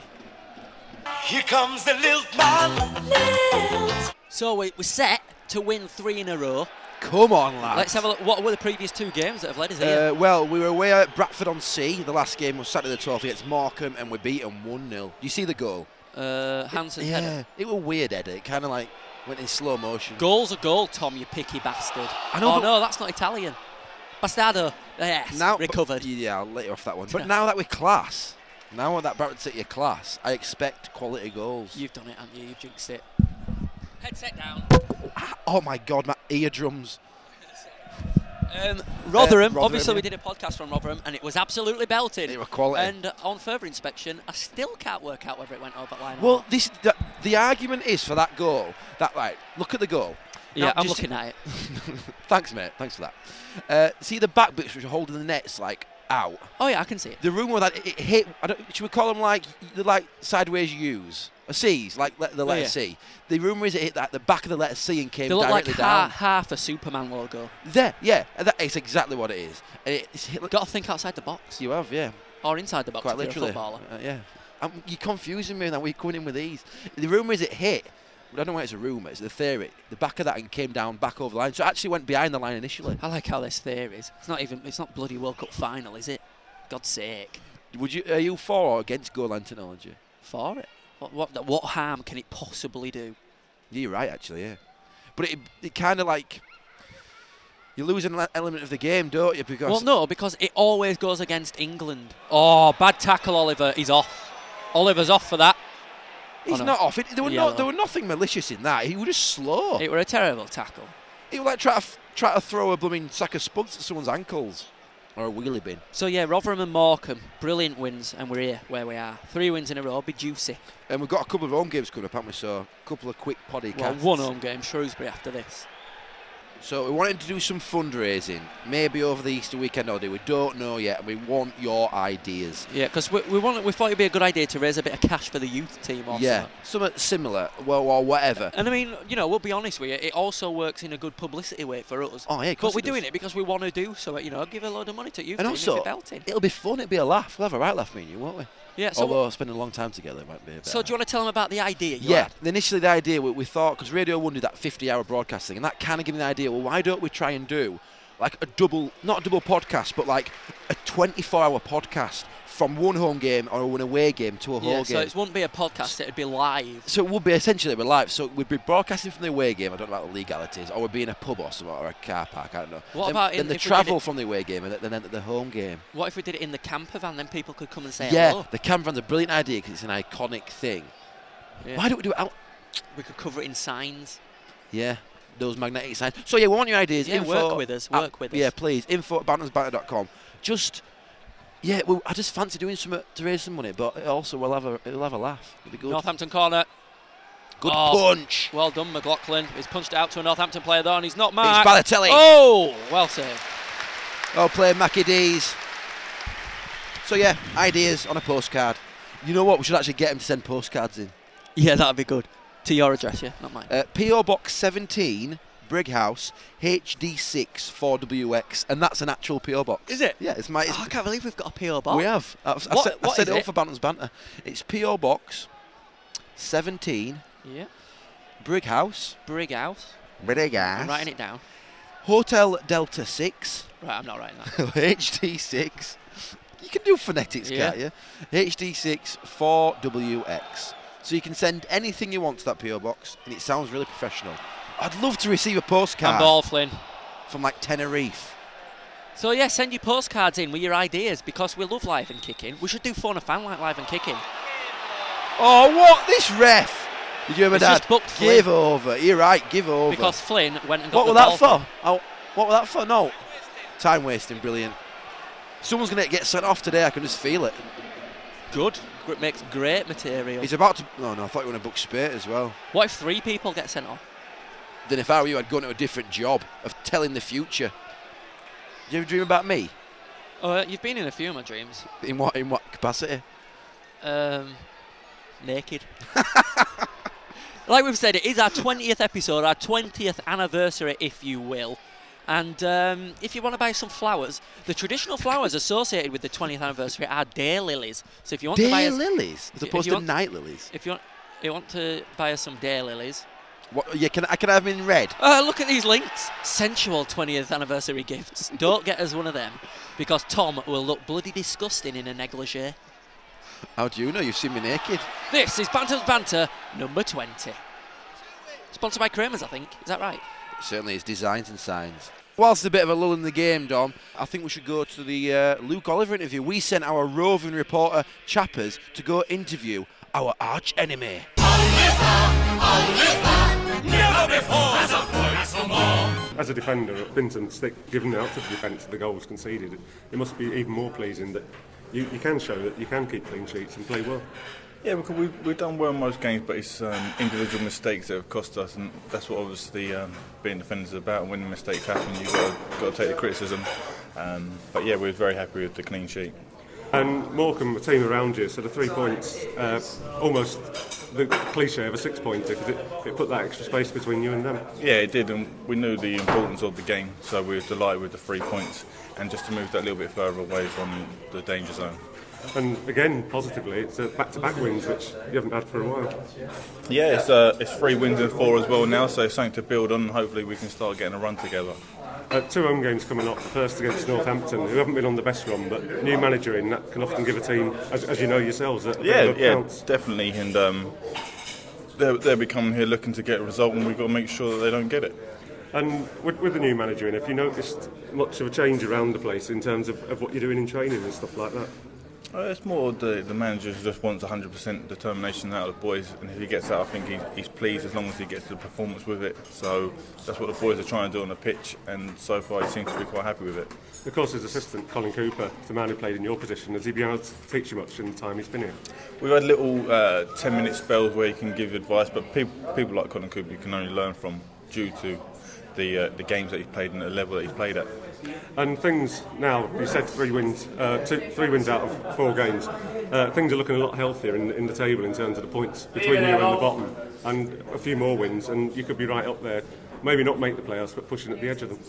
Here comes the little man. So we, we're set to win three in a row. Come on, lads. Let's have a look. What were the previous two games that have led us here? Uh, well, we were away at Bradford on Sea. The last game was Saturday the 12th against Markham, and we beat them 1 0. You see the goal? Uh, Hanson yeah. header. It was weird, Ed. It kind of like went in slow motion. Goal's a goal, Tom, you picky bastard. I know, oh, but- no, that's not Italian. Bastardo. Yes. recovered. But, yeah, I'll let you off that one. But now that we're class, now that Barrett City are class, I expect quality goals. You've done it, haven't you? You've jinxed it. Headset down. oh my God, my eardrums. Um, Rotherham, Uh, Rotherham, obviously, we yeah. did a podcast from Rotherham and it was absolutely belted. They were quality. And uh, on further inspection, I still can't work out whether it went over the line. or Well, not. this the, the argument is for that goal. That right, look at the goal. yeah, Now, I'm just- looking at it. Thanks, mate. Thanks for that. Uh, see the back bits which are holding the nets like out. Oh, yeah, I can see it. The rumor that it, it hit. I don't, should we call them like the like sideways U's or C's, like le- the letter Oh, yeah. C? The rumor is it hit that the back of the letter C and came They look like directly ha- down. half a Superman logo. There, yeah, that is exactly what it is. And it's hit like Got to think outside the box you have, yeah, or inside the box. quite if you're a literally. footballer. Uh, yeah, Um you're confusing me now. We're coming in with these. The rumor is it hit. I don't know why it's a rumor. It's the theory. The back of that and came down back over the line. So it actually went behind the line initially. I like how this theory is. It's not even. It's not bloody World Cup final, is it? God's sake. Would you? Are you for or against goal line technology? For it. What, what, what harm can it possibly do? Yeah, you're right, actually, yeah. But it, it kind of like. You lose an ele- element of the game, don't you? Because Well, no, because it always goes against England. Oh, bad tackle, Oliver. He's off. Oliver's off for that. he's Oh, no. not off. It, there, were Yellow. no, there were nothing malicious in that. He was just slow. It were a terrible tackle. he would like try to f- try to throw a blooming sack of spuds at someone's ankles or a wheelie bin. So yeah, Rotherham and Morecambe, brilliant wins, and we're here where we are. Three wins in a row, be juicy. And we've got a couple of home games coming up, haven't we? So a couple of quick podcasts. Well, one home game, Shrewsbury after this. So we wanted to do some fundraising, maybe over the Easter weekend holiday. We don't know yet, and we want your ideas. Yeah, because we, we want we thought it'd be a good idea to raise a bit of cash for the youth team. Or Yeah, something. something similar, well, or whatever. And I mean, you know, we'll be honest with you, it also works in a good publicity way for us. Oh, yeah, of course but we're it does. doing it because we want to do so. You know, give a load of money to youth And team if also, you're belting. it'll be fun. It'll be a laugh. We'll have a right laugh, me and you, won't we? Yeah. So, Although spending a long time together might be a bit. so do you want to tell them about the idea? you Yeah, had? initially the idea we, we thought because Radio One did that 50-hour broadcast thing, and that kind of gave me the idea. Well, why don't we try and do like a double, not a double podcast, but like a 24-hour podcast from one home game or one away game to a whole Yeah, game. so it wouldn't be a podcast; it'd be live. So it would be essentially we're live. So we'd be broadcasting from the away game. I don't know about the legalities, or we'd be in a pub or something, or a car park. I don't know. What then, about in- then the if we did travel it- from the away game and then then the home game? What if we did it in the camper van? Then people could come and say yeah, hello. the camera's a brilliant idea because it's an iconic thing. Yeah. Why don't we do it out? We could cover it in signs. Yeah, those magnetic signs. So yeah, we want your ideas. Yeah, info work with us, at- work with Yeah, us. please. Info at bantersbanter.com. Just. Yeah, well, I just fancy doing something to raise some money, but also we'll have a we'll have a laugh. It'll be good. Northampton corner. good Oh. punch. Well done, McLaughlin. He's punched it out to a Northampton player though, and he's not It's marked. Balotelli. Oh, well saved. Oh, playing Mackie D's. So yeah, ideas on a postcard. You know what? We should actually get him to send postcards in. Yeah, that'd be good. To your address, yeah, not mine. Uh, PO Box 17, Brighouse, HD6 4WX, and that's an actual PO Box. Is it? Yeah, it's my. It's, Oh, I can't believe we've got a PO box. We have. I've, I What- said, what I said is it all it? for Bantam's banter. It's PO Box 17, Yeah. Brighouse, House, Brig House. I'm writing it down. Hotel Delta 6, Right, I'm not writing that. HD6. You can do phonetics, Yeah. can't you? HD6 4WX. So you can send anything you want to that PO box, and it sounds really professional. I'd love to receive a And postcard ball, Flynn. from like Tenerife. So yeah, send your postcards in with your ideas because we love live and kicking. We should do phone a fan like live and kicking. Oh, what this ref? Did you hear my It's dad? just booked for give over. You're right. Give over. Because Flynn went and what got the were that ball. for? Oh, what were that for? No. Time wasting. Brilliant. Someone's gonna get sent off today. I can just feel it. Good. It makes great material. He's about to. oh, No, no. I thought you were gonna book Spate as well. What if three people get sent off? Then if I were you, I'd go into a different job of telling the future. Do you ever dream about me? Oh, you've been in a few of my dreams. In what in what capacity? Um, naked. like we've said, it is our 20th episode, our 20th anniversary, if you will. And um, if you want to buy some flowers, the traditional flowers associated with the 20th anniversary are day lilies. So if you want to buy Day us, lilies, as if opposed you to want- night lilies. if you want, you want to buy us some day lilies, What, yeah, can I can I have them in red? uh, look at these links. Sensual 20th anniversary gifts. Don't get us one of them because Tom will look bloody disgusting in a negligee. How do you know? You've seen me naked. This is Bantam's Banter number 20. Sponsored by Kramer's, I think. Is that right? Certainly, it's designs and signs. Whilst there's a bit of a lull in the game, Dom, I think we should go to the uh, Luke Oliver interview. We sent our roving reporter, Chappers, to go interview our arch enemy. As a defender, at Binton's stick given out to the defence, the goals conceded, it must be even more pleasing that you, you can show that you can keep clean sheets and play well. Yeah, because we've, we've done well in most games, but it's um, individual mistakes that have cost us, and that's what obviously um, being defenders is about. And when mistakes happen, you've got to take the criticism. Um, but yeah, we're very happy with the clean sheet. And Morecambe, the team around you, so the three points, uh, almost the cliche of a six pointer because it, it put that extra space between you and them. Yeah, it did, and we knew the importance of the game, so we were delighted with the three points, and just to move that little bit further away from the danger zone. And again, positively, it's a back to back wins, which you haven't had for a while. Yeah, it's, uh, it's three wins and four as well now, so it's something to build on. and Hopefully, we can start getting a run together. Uh, two home games coming up, the first against Northampton, who haven't been on the best run, but new manager in that can often give a team, as, as you know yourselves, a, a bit Yeah, of a yeah, bounce. definitely. And um, they're, they're becoming here looking to get a result, and we've got to make sure that they don't get it. And with, with the new manager in, have you noticed much of a change around the place in terms of, of what you're doing in training and stuff like that? Uh, it's more the, the manager who just wants 100% determination out of the boys, and if he gets that, I think he, he's pleased as long as he gets the performance with it. So that's what the boys are trying to do on the pitch, and so far he seems to be quite happy with it. Of course, his assistant, Colin Cooper, the man who played in your position, has he been able to teach you much in the time he's been here? We've had little uh, 10 minute spells where you can give advice, but people, people like Colin Cooper you can only learn from due to the, uh, the games that he's played and the level that he's played at. And things now, you said three wins, uh, two, three wins out of four games. Uh, things are looking a lot healthier in, in the table in terms of the points between you and the bottom, and a few more wins, and you could be right up there. Maybe not make the playoffs, but pushing at the edge of them.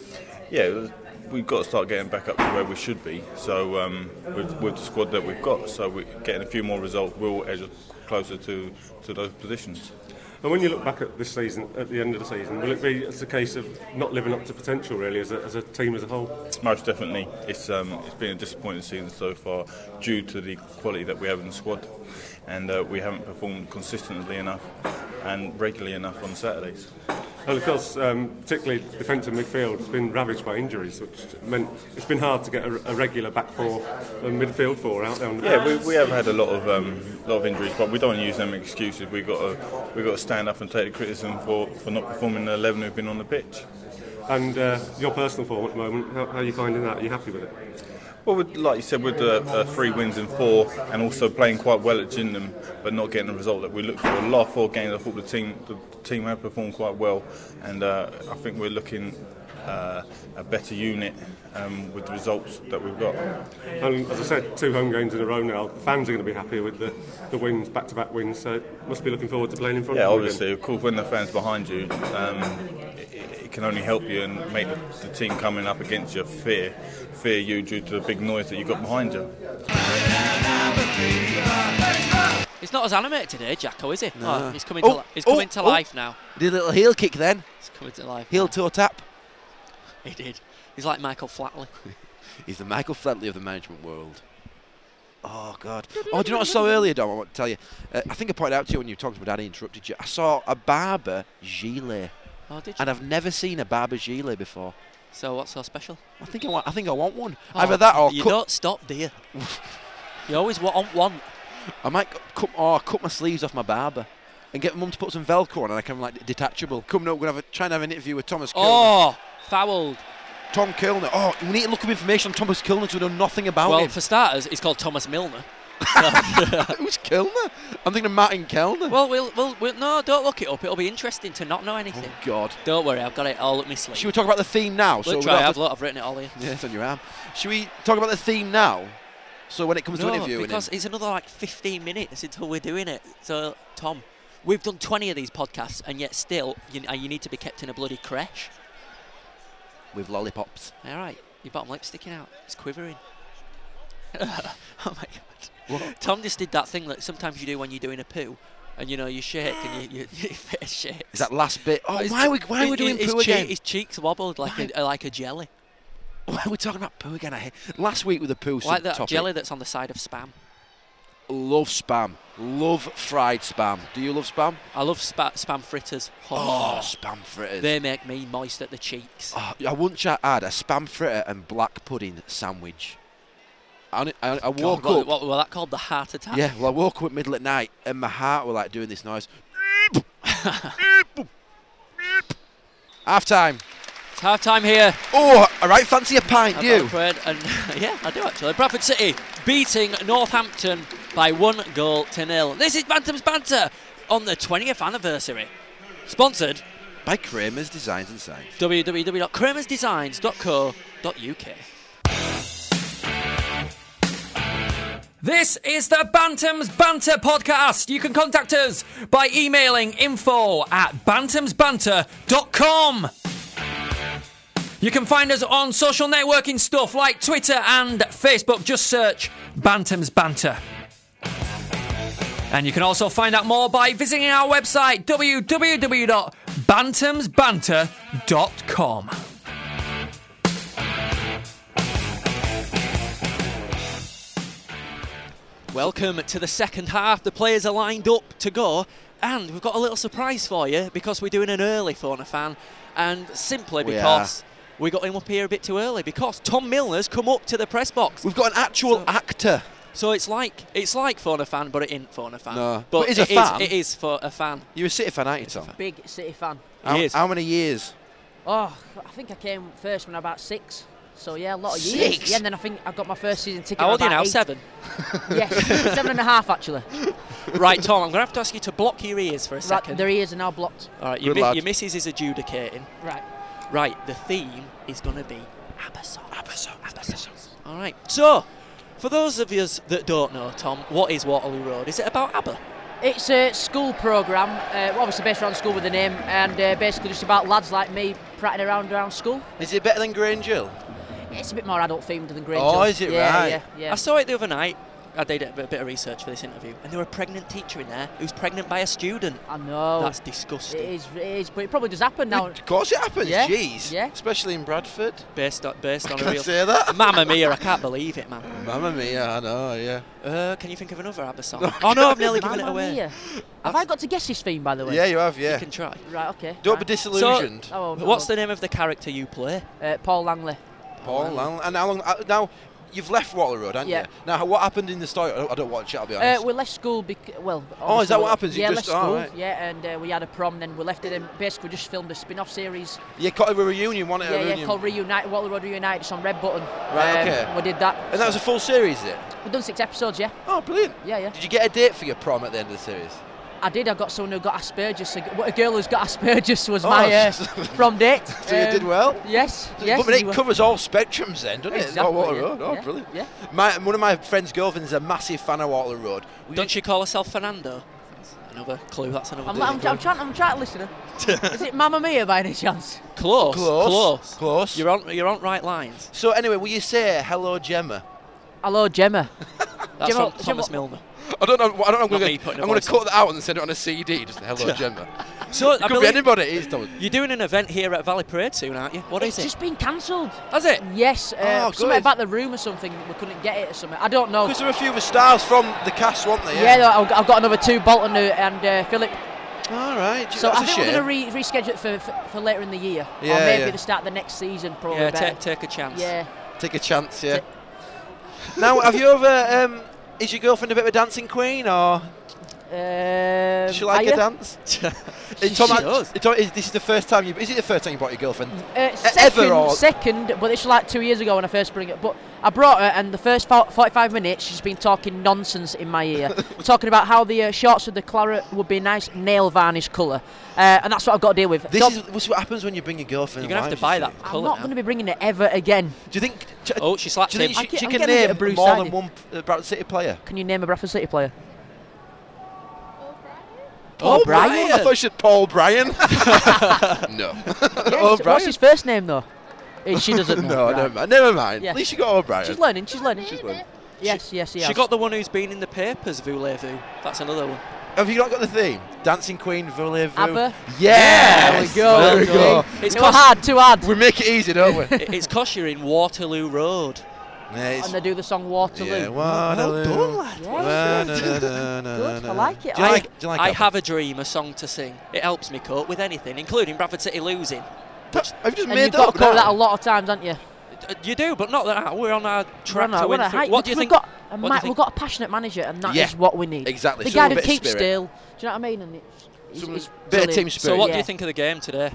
Yeah, we've got to start getting back up to where we should be. So um, with, with the squad that we've got, so we, getting a few more results will edge us closer to, to those positions. And when you look back at this season, at the end of the season, will it be it's a case of not living up to potential really as a, as a team as a whole? Most definitely, it's um, it's been a disappointing season so far due to the quality that we have in the squad, and uh, we haven't performed consistently enough and regularly enough on Saturdays. Well, of course, um, particularly defensive midfield has been ravaged by injuries, which meant it's been hard to get a, a regular back four and midfield four out there. On the Yeah, pitch. we, we have had a lot of um, lot of injuries, but we don't use them as excuses. We got to we got to stand up and take the criticism for, for not performing the eleven who've been on the pitch. And uh, your personal form at the moment, how, how are you finding that? Are you happy with it? Well, with, like you said, with the uh, three wins and four, and also playing quite well at Gindam, but not getting the result that we looked for. The last four games, I thought the team the team had performed quite well, and uh, I think we're looking uh, a better unit um, with the results that we've got. And as I said, two home games in a row now. The fans are going to be happy with the, the wins, back to back wins, so must be looking forward to playing in front Yeah, of them. obviously, of course, when the fans behind you, um, it, it can only help you and make the, the team coming up against you fear fear you due to the big noise that you got behind you. He's not as animated today, Jacko, is he? No. Oh, he's coming to, Oh, li- he's oh, coming to oh. life now. Did a little heel kick then, He's coming to life. heel toe tap. now. He did. He's like Michael Flatley. He's the Michael Flatley of the management world. Oh God! Oh, do you know what I saw earlier, Dom? I want to tell you. Uh, I think I pointed out to you when you were talking about Daddy interrupted you. I saw a barber gilet, Oh, did you? and I've never seen a barber gilet before. So what's so special? I think I want. I think I want one. Oh, Either that or you cut, don't stop, do you? you always want one. I might cu- cut or cut my sleeves off my barber and get my mum to put some Velcro on, and I can like detachable. Come up, we're gonna have a, try and have an interview with Thomas. Kilner. Oh, fouled. Tom Kilner. Oh, we need to look up information on Thomas Kilner because we know nothing about Well, him. for starters, he's called Thomas Milner. Who's Kilner? I'm thinking of Martin Kilner. Well, we'll, we'll, we'll no, don't look it up. It'll be interesting to not know anything. oh God. Don't worry, I've got it all up my sleeve. Should we talk about the theme now? so we Look, don't try, have I've, to- look, I've written it all here. Yeah, it's on your arm. Should we talk about the theme now? So when it comes to No, interviewing because him, it's another like 15 minutes until we're doing it. So, Tom, we've done 20 of these podcasts, and yet still, you, and you need to be kept in a bloody creche. with lollipops. All right, your bottom lip's sticking out. It's quivering. oh my god. Tom just did that thing that sometimes you do when you're doing a poo, and you know you shake and you, you, your face shakes. Is that last bit? Oh, why are we, why are we His- doing his poo cheek- again? His cheeks wobbled like a, uh, like a jelly, Why are we talking about poo again? I hate. Last week with the poo like that topic. jelly that's on the side of spam. love spam. Love fried spam. Do you love spam? I love spa- spam fritters. Oh, spam fritters. They make me moist at the cheeks. Oh, I once had a spam fritter and black pudding sandwich. I, I, I woke what, up. What, were that called? The heart attack? Yeah, well, I woke up middle at night and my heart were like doing this noise. Half time. It's half time here. Oh, I right fancy a pint, at do you? Old Trafford, and yeah, I do actually. Bradford City beating Northampton by one goal to nil. This is Bantam's banter on the 20th anniversary. Sponsored By Kramer's Designs and Signs. www.cremersdesigns.co.uk. This is the Bantams Banter podcast. You can contact us by emailing info at bantamsbanter.com. You can find us on social networking stuff like Twitter and Facebook. Just search Bantams Banter. And you can also find out more by visiting our website www.bantamsbanter.com. Welcome to the second half. The players are lined up to go, and we've got a little surprise for you because we're doing an early phone a fan, and simply We because we got him up here a bit too early because Tom Milner's come up to the press box. We've got an actual actor. So it's like it's like phone a fan, but it ain't phone a fan. No. but, But it's it a is- fan. it is for a fan. You were City fan, aren't you, Tom? Big City fan. How, Years. how many years? Oh, I think I came first when I was about six. So yeah, a lot of Six? Oh, years. Yeah, and then I think I got my first season ticket. How old when are you I now? was about Seven. eight. yes, seven and a half actually. right, Tom. I'm going to have to ask you to block your ears for a Right, second. their ears are now blocked. All right, your, Good mi- lad. your missus is adjudicating. Right. Right, the theme is going to be ABBA songs. ABBA songs. All right, so for those of you that don't know, Tom, what is Waterloo Road? Is it about ABBA? It's a school program, uh, obviously based around school with the name, and uh, basically just about lads like me prattling around around school. Is it better than Grange Hill? It's a bit more adult themed than Grange. Oh, Hill. is it yeah, right? Yeah, yeah. I saw it the other night. I did a bit, a bit of research for this interview, and there were a pregnant teacher in there who's pregnant by a student. I know. That's disgusting. It is, it is, but it probably does happen now. Of course it happens, Yeah, jeez. yeah. Especially in Bradford. Based on, based on a Can't real. say that. Mamma mia, I can't believe it, man. Mamma mia, I know, yeah. Uh, can you think of another ABBA song? oh no, I've nearly given it Mamma away. mia. Have I got to guess this theme, by the way? Yeah, you have, yeah. You can try. Right, okay. Don't right. be disillusioned. So, Oh, no. what's the name of the character you play? Uh, Paul Langley. Paul, Lang- and how long? uh, Now, you've left Waterloo Road, haven't Yeah. you? Now, what happened in the story? I don't, I don't watch it, I'll be Uh, honest. we left school bec- well. Oh, is that what happens? You Yeah, just- left oh, school. right. Yeah, and uh, we had a prom. Then we left it. And basically, we just filmed a spin-off series. yeah, caught a reunion, wasn't it? a yeah, yeah, reunion? called Reunite, Waterloo Road Reunite. It's on Red Button. Um, Right, okay. We did that. and that was a full series, is it? We've done six episodes. Yeah. Oh, brilliant. Yeah, yeah. Did you get a date for your prom at the end of the series? I did. I got someone who got Asperger's. A, g- what a girl who's got Asperger's was Oh, my uh, so- prom date. Um, So you did well? Yes. Yes. but we it were- covers all spectrums then, doesn't it? Exactly, Not Waterloo yeah, Road. Oh, yeah, brilliant. yeah. My, one of my friend's girlfriends is a massive fan of Waterloo Road. Don't she call herself Fernando? Another clue. That's another. I'm, I'm, I'm trying. I'm trying to listen. Is it Mamma Mia by any chance? Close. Close. Close. Close. You're on. You're on right lines. So anyway, will you say hello, Gemma? Hello, Gemma. That's Jim, from Jim, Thomas what- Milner. I don't know. I don't know. I'm Not gonna- me putting a I'm going voice to on. cut that out and send it on a CD. Just hello, Gemma. So It I could be believe anybody. It is Thomas. you're doing an event here at Valley Parade soon, aren't you? What is it's just been cancelled. it? Has it? Yes. Uh, Oh, something good. about the room or something. We couldn't get it or something. I don't know. Because there were a few of the stars from the cast, weren't they? Yeah, though, I've got- I've got another two, Bolton and uh, Philip. All right. So that's I think a we're shame. going to re- reschedule it for, for, for later in the year, Yeah, or maybe yeah. the start of the next season, probably. Yeah. better. Take, take a chance. yeah. Take a chance, yeah. now, have you ever? Um, is your girlfriend a bit of a dancing queen, or Um, does she like are a you? dance? Hey, She- Tom, she I- does. Tom, is this is the first time you? Is it the first time you brought your girlfriend? Uh, E-, ever second, or- second, but it's like two years ago when I first bring it. But I brought her, and the first fo- 45 minutes, she's been talking nonsense in my ear, talking about how the uh, shorts with the claret would be a nice nail varnish colour, uh, and that's what I've got to deal with. This Don't- is this is what happens when you bring your girlfriend. You're gonna have along, to buy you that see. I'm colour not now. going to be bringing it ever again. Do you think? Do, Oh, she slapped do him. you think I she, she I'm can getting a bit name Bruce more than Sided. one uh, Bradford City player? Can you name a Bradford City player? Paul Bryan? I thought you said Paul Bryan. no. Yes, O'Brien. What's his first name though? Eh, She doesn't no, know. right. never mind. Never mind. Yeah. At least you got O'Brien. She's learning. She's learning. She's learning. Yes, yes, yes. She got the one who's been in the papers, Voulez-vous. That's another one. Have you not got the theme? Dancing Queen, voulez-vous? ABBA. Yes. There we go. There we go. It's Too hard. Too hard. We make it easy, don't we? It- It's because you're in Waterloo Road. Yeah, it's- and they do the song Waterloo. Yeah, Waterloo. done, lad. Yeah. Well done. Good, I like it. Do you I- like, do you like I that? have a dream, a song to sing. It helps me cope with anything, including Bradford City losing. I've just and you've got to cover that a lot of times, haven't you? Uh, You do, but not that. We're on our track We're on to a- we're win. on a through. high- What do you we've think? Got a what do ma- you think? We've got a passionate manager, and that is Yeah. what we need. Exactly, The someone guy with who a bit of keeps spirit. still. Do you know what I mean? And it's, it's, it's bit of team brilliant. spirit. So, what do Yeah. you think of the game today?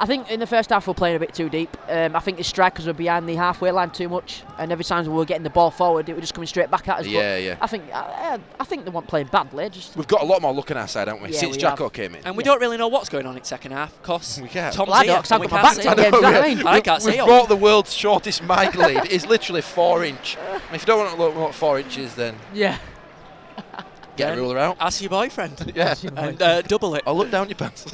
I think in the first half we're playing a bit too deep. Um, I think the strikers were behind the halfway line too much, and every time we were getting the ball forward, it was just coming straight back at us. But Yeah, yeah. I think I, I think they weren't playing badly. Just We've got a lot more looking at our side, haven't we? Yeah, Since we Jacko have. came in. And we don't really know what's going on in second half, cause we can't. Tom's Well, I here. don't, 'cause I've and we got my can't back see to the him. game, do you know what I mean? I can't We've see him. brought the world's shortest mic lead. It's literally four inch. And if you don't want to look what four inches, then Yeah. get a ruler out. Ask your boyfriend. Yeah. And uh, double it. I'll look down your pants.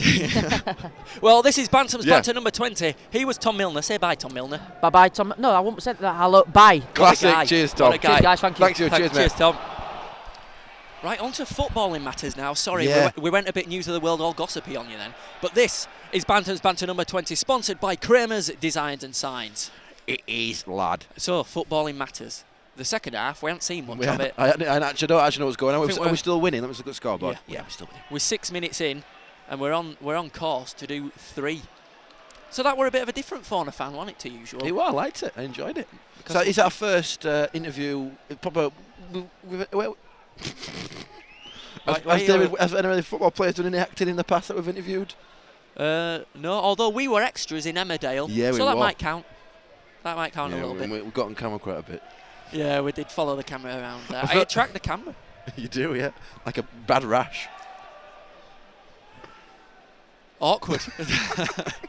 well, this is Bantam's Yeah. banter number 20. He was Tom Milner. Say bye, Tom Milner. bye bye, Tom. No, I won't say that. Hello, bye. Classic. guy. Cheers, Tom. What a guy. Cheers, guys. Thank you. Thanks, you. Cheers, mate. Tom. Right, on to footballing matters now. Sorry, Yeah. we, we went a bit news of the world, all gossipy on you then. But this is Bantam's banter number 20, sponsored by Kramer's Designs and Signs. It is, lad. So, footballing matters. The second half, we haven't seen much We of haven't- it. I, I actually don't actually know what's going on. I Are think we, are we're- we still winning? Let me look at the scoreboard. Yeah. we're still winning. We're six minutes in, and we're on we're on course to do three. So that were a bit of a different Fauna fan, wasn't it, to usual? It was. I liked it. I enjoyed it. Because So it's our first uh, interview. uh, Proper. w- w- w- Why- Has- why has you- David- Have any of the football players done any acting in the past that we've interviewed? Uh, no, although we were extras in Emmerdale, Yeah, we so that were. might count. That might count a little we, bit. we, we got on camera quite a bit. Yeah, we did follow the camera around there. I've I got- attract the camera. you do, yeah. Like a bad rash. Awkward.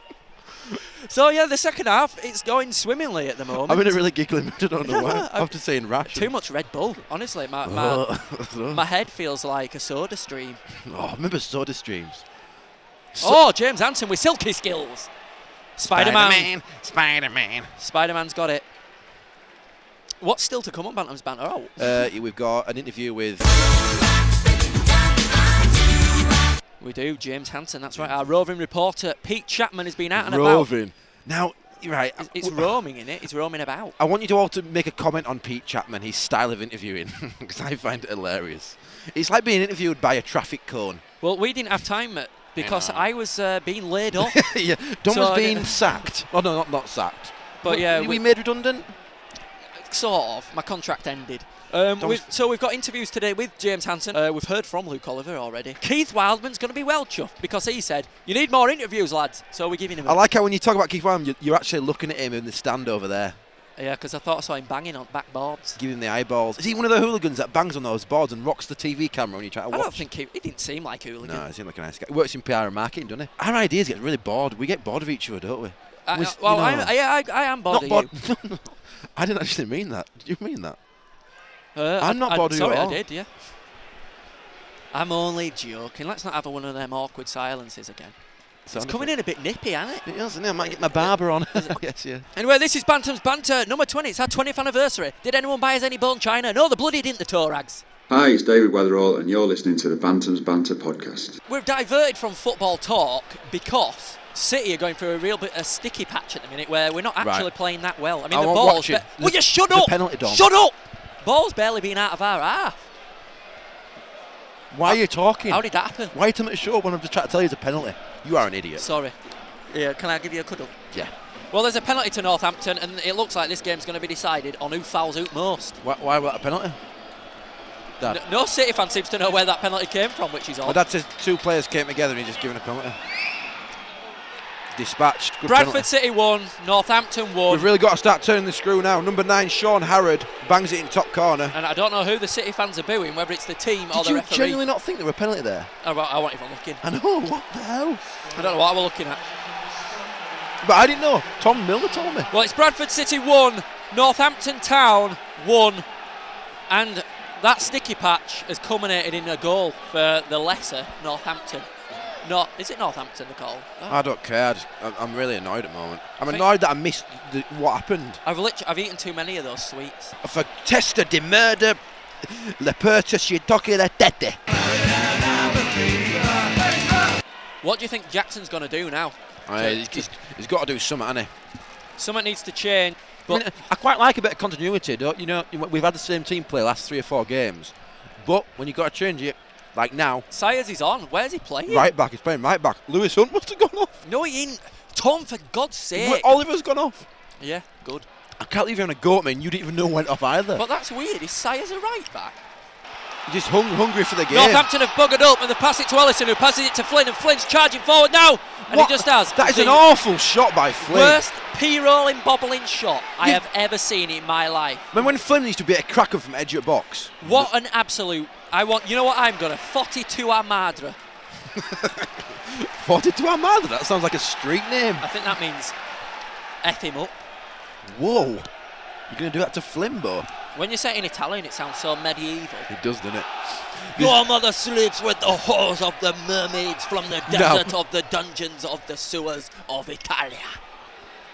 so yeah, the second half it's going swimmingly at the moment. I'm in a really giggling mood. I don't know why. After saying rash. Too much Red Bull, honestly. My my, Oh. my head feels like a soda stream. Oh, I remember Soda Streams. oh, James Anson with silky skills. Spider Man. Spider Man. Spider Man's got it. What's still to come on Bantam's Banter? Oh, Uh, yeah, we've got an interview with. we do. James Hansen, that's right. Our roving reporter, Pete Chapman, has been out and Roving. Now, right. about. It's, it's roaming, in it? It's roaming about. I want you to all to make a comment on Pete Chapman, his style of interviewing, because I find it hilarious. It's like being interviewed by a traffic cone. Well, we didn't have time uh, because know. I was uh, being laid off. yeah, Dom So was I being didn't- sacked. Oh no, not not sacked. Were- But yeah, were we- we made redundant. sort of. My contract ended. Um, Don't we've- f- so we've got interviews today with James Hansen. Uh, we've heard from Luke Oliver already. Keith Wildman's going to be well chuffed because he said, "You need more interviews, lads." So we're giving him. I A, like how when you talk about Keith Wham, you're, you're actually looking at him in the stand over there, yeah, because I thought I saw him banging on back boards. giving him the eyeballs. Is he one of the hooligans that bangs on those boards and rocks the TV camera when you try to I watch? don't think he, he didn't seem like a hooligan. No, he seemed like a nice guy. He works in PR and marketing, doesn't he? Our ideas get really bored. We get bored of each other, don't we? I, We I- s- you well, know. I, I, I, I am bored not of bored. you. I didn't actually mean that. Did you mean that? Uh, I'm I- not I- bored of you Sorry, at all. I did. Yeah. I'm only joking. Let's not have one of them awkward silences again. It's Sounded coming like- in a bit nippy, ain't it? It is, isn't it? I might get my barber on. yes, yeah. Anyway, this is Bantam's Banter number 20. It's our 20th anniversary. Did anyone buy us any bone china? No, the bloody didn't, the Torags. Hi, it's David Weatherall, and you're listening to the Bantams Banter podcast. We've diverted from football talk because City are going through a real bit of sticky patch at the minute where we're not Right. actually playing that well. I mean, I the won't ball's. watch it. well, The- you shut the up! penalty, Dom. Shut up! Ball's barely been out of our half. Why are you talking? How did that happen? Why are you telling me to show up when I'm just trying to tell you it's a penalty? You are an idiot. Sorry. Yeah, can I give you a cuddle? yeah. Well, there's a penalty to Northampton, and it looks like this game's going to be decided on who fouls out most. Why, why about a penalty? Dad. No, no City fan seems to know where that penalty came from, which is My odd. dad says two players came together and he just given a penalty. Dispatched. Good Bradford penalty. City won, Northampton won, We've really got to start turning the screw now. Number nine, Sean Harrod, bangs it in top corner. and I don't know who the City fans are booing, whether it's the team or Did the you referee. genuinely not think there were a penalty there? I, wa- I wasn't even looking. I know, what the hell? I don't know what I was looking at. But I didn't know. Tom Miller told me. Well, it's Bradford City 1, Northampton Town 1, and that sticky patch has culminated in a goal for the lesser Northampton. Not, is it Northampton, Oh. Nicole? I don't care. I just, I- I'm really annoyed at the moment. I'm Think- annoyed that I missed the, what happened. I've lit- I've eaten too many of those sweets. For Testa de Murder, Leperta Shiitake La Tete. What do you think Jackson's going to do now? Aye, he's, he's got to do something, hasn't he? Something needs to change. But I, mean, I quite like a bit of continuity, don't you know? you- We've had the same team play last three or four games, but when you've got to change it, like now, Sayers is on. Where's he playing? right back, he's playing right back. Lewis Hunt must have gone off. No, he ain't. Tom, for God's sake. Oliver's gone off. Yeah, good. I can't leave you on a goat, man. You didn't even know went off either. But that's weird. Is Sayers a right back? You're just hung, hungry for the game. Northampton have buggered up and they pass it to Ellison, who passes it to Flynn, and Flynn's charging forward now. And What? he just has. That is the an awful shot by Flynn. Worst p rolling, bobbling shot I You- have ever seen in my life. Remember when Flynn used to be a cracker from edge of box? What an absolute. I want. You know what I'm going to? 42 Armadra. 42 Armada, that sounds like a street name. I think that means F him up. Whoa. You're going to do that to Flimbo? When you say it in Italian, it sounds so medieval. It does, doesn't it? Your mother sleeps with the whores of the mermaids from the No. desert of the dungeons of the sewers of Italia.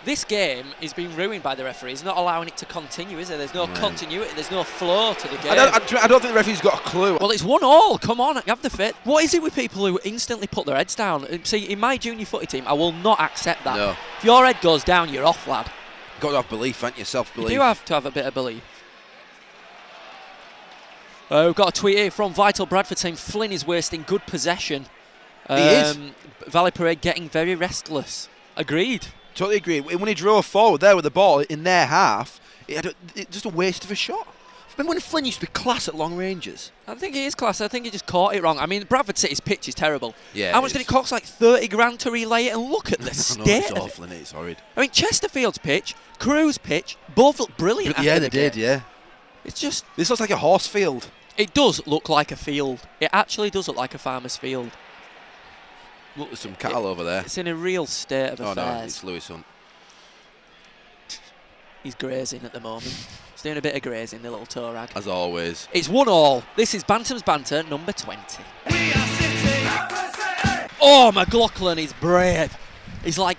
This game is being ruined by the referees, not allowing it to continue, is there? There's no Right. continuity, there's no flow to the game. I, don't, I, I don't think the referee's got a clue. well, it's one all. Come on, have the fit. What is it with people who instantly put their heads down? Uh, See, in my junior footy team, I will not accept that. No. If your head goes down, you're off, lad. got to have belief, haven't you? Self You belief. do have to have a bit of belief. Uh, we've got a tweet here from Vital Bradford saying Flynn is wasting good possession. He is. Valley Parade getting very restless. Agreed. Totally agree. When he drove forward there with the ball in their half, it, had a, it just a waste of a shot. Remember when Flynn used to be class at long ranges? I think he is class. I think he just caught it wrong. I mean, Bradford City's pitch is terrible. Yeah, How it much did is. it cost? Like 30 grand to relay it, and look at the I know, state. it's of it. awful, innit? It's horrid. I mean, Chesterfield's pitch, Crew's pitch, both look brilliant. yeah, they after the did, game. yeah. It's just. This looks like a horse field. It does look like a field. It actually does look like a farmer's field. Look, there's some cattle over there. It's in a real state of Oh, affairs. no, it's Lewis Hunt. He's grazing at the moment. He's doing a bit of grazing, the little toe rag. As always. It's one all. This is Bantam's Banter number 20. Oh, McLaughlin is brave. He's like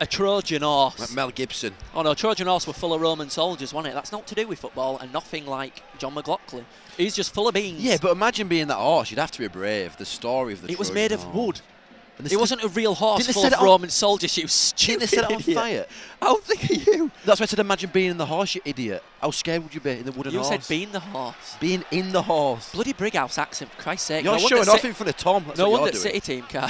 a Trojan horse. Like Mel Gibson. Oh no, Trojan horse were full of Roman soldiers, wasn't it? That's not to do with football and nothing like John McLaughlin. He's just full of beans. Yeah, but imagine being that horse. You'd have to be brave. The story of the it was Trojan made of horse. wood. And they It st- wasn't a real horse Didn't they full set of it on- Roman soldiers, you stupid Didn't they set it on idiot. fire? How thick are you? That's why I said imagine being in the horse, you idiot. How scared would you be in the wooden You horse? said being the horse. being in the horse. Bloody Brighouse accent, for Christ's sake. You're no wonder showing off Ci- in front of Tom. That's no what wonder you're doing. City team car.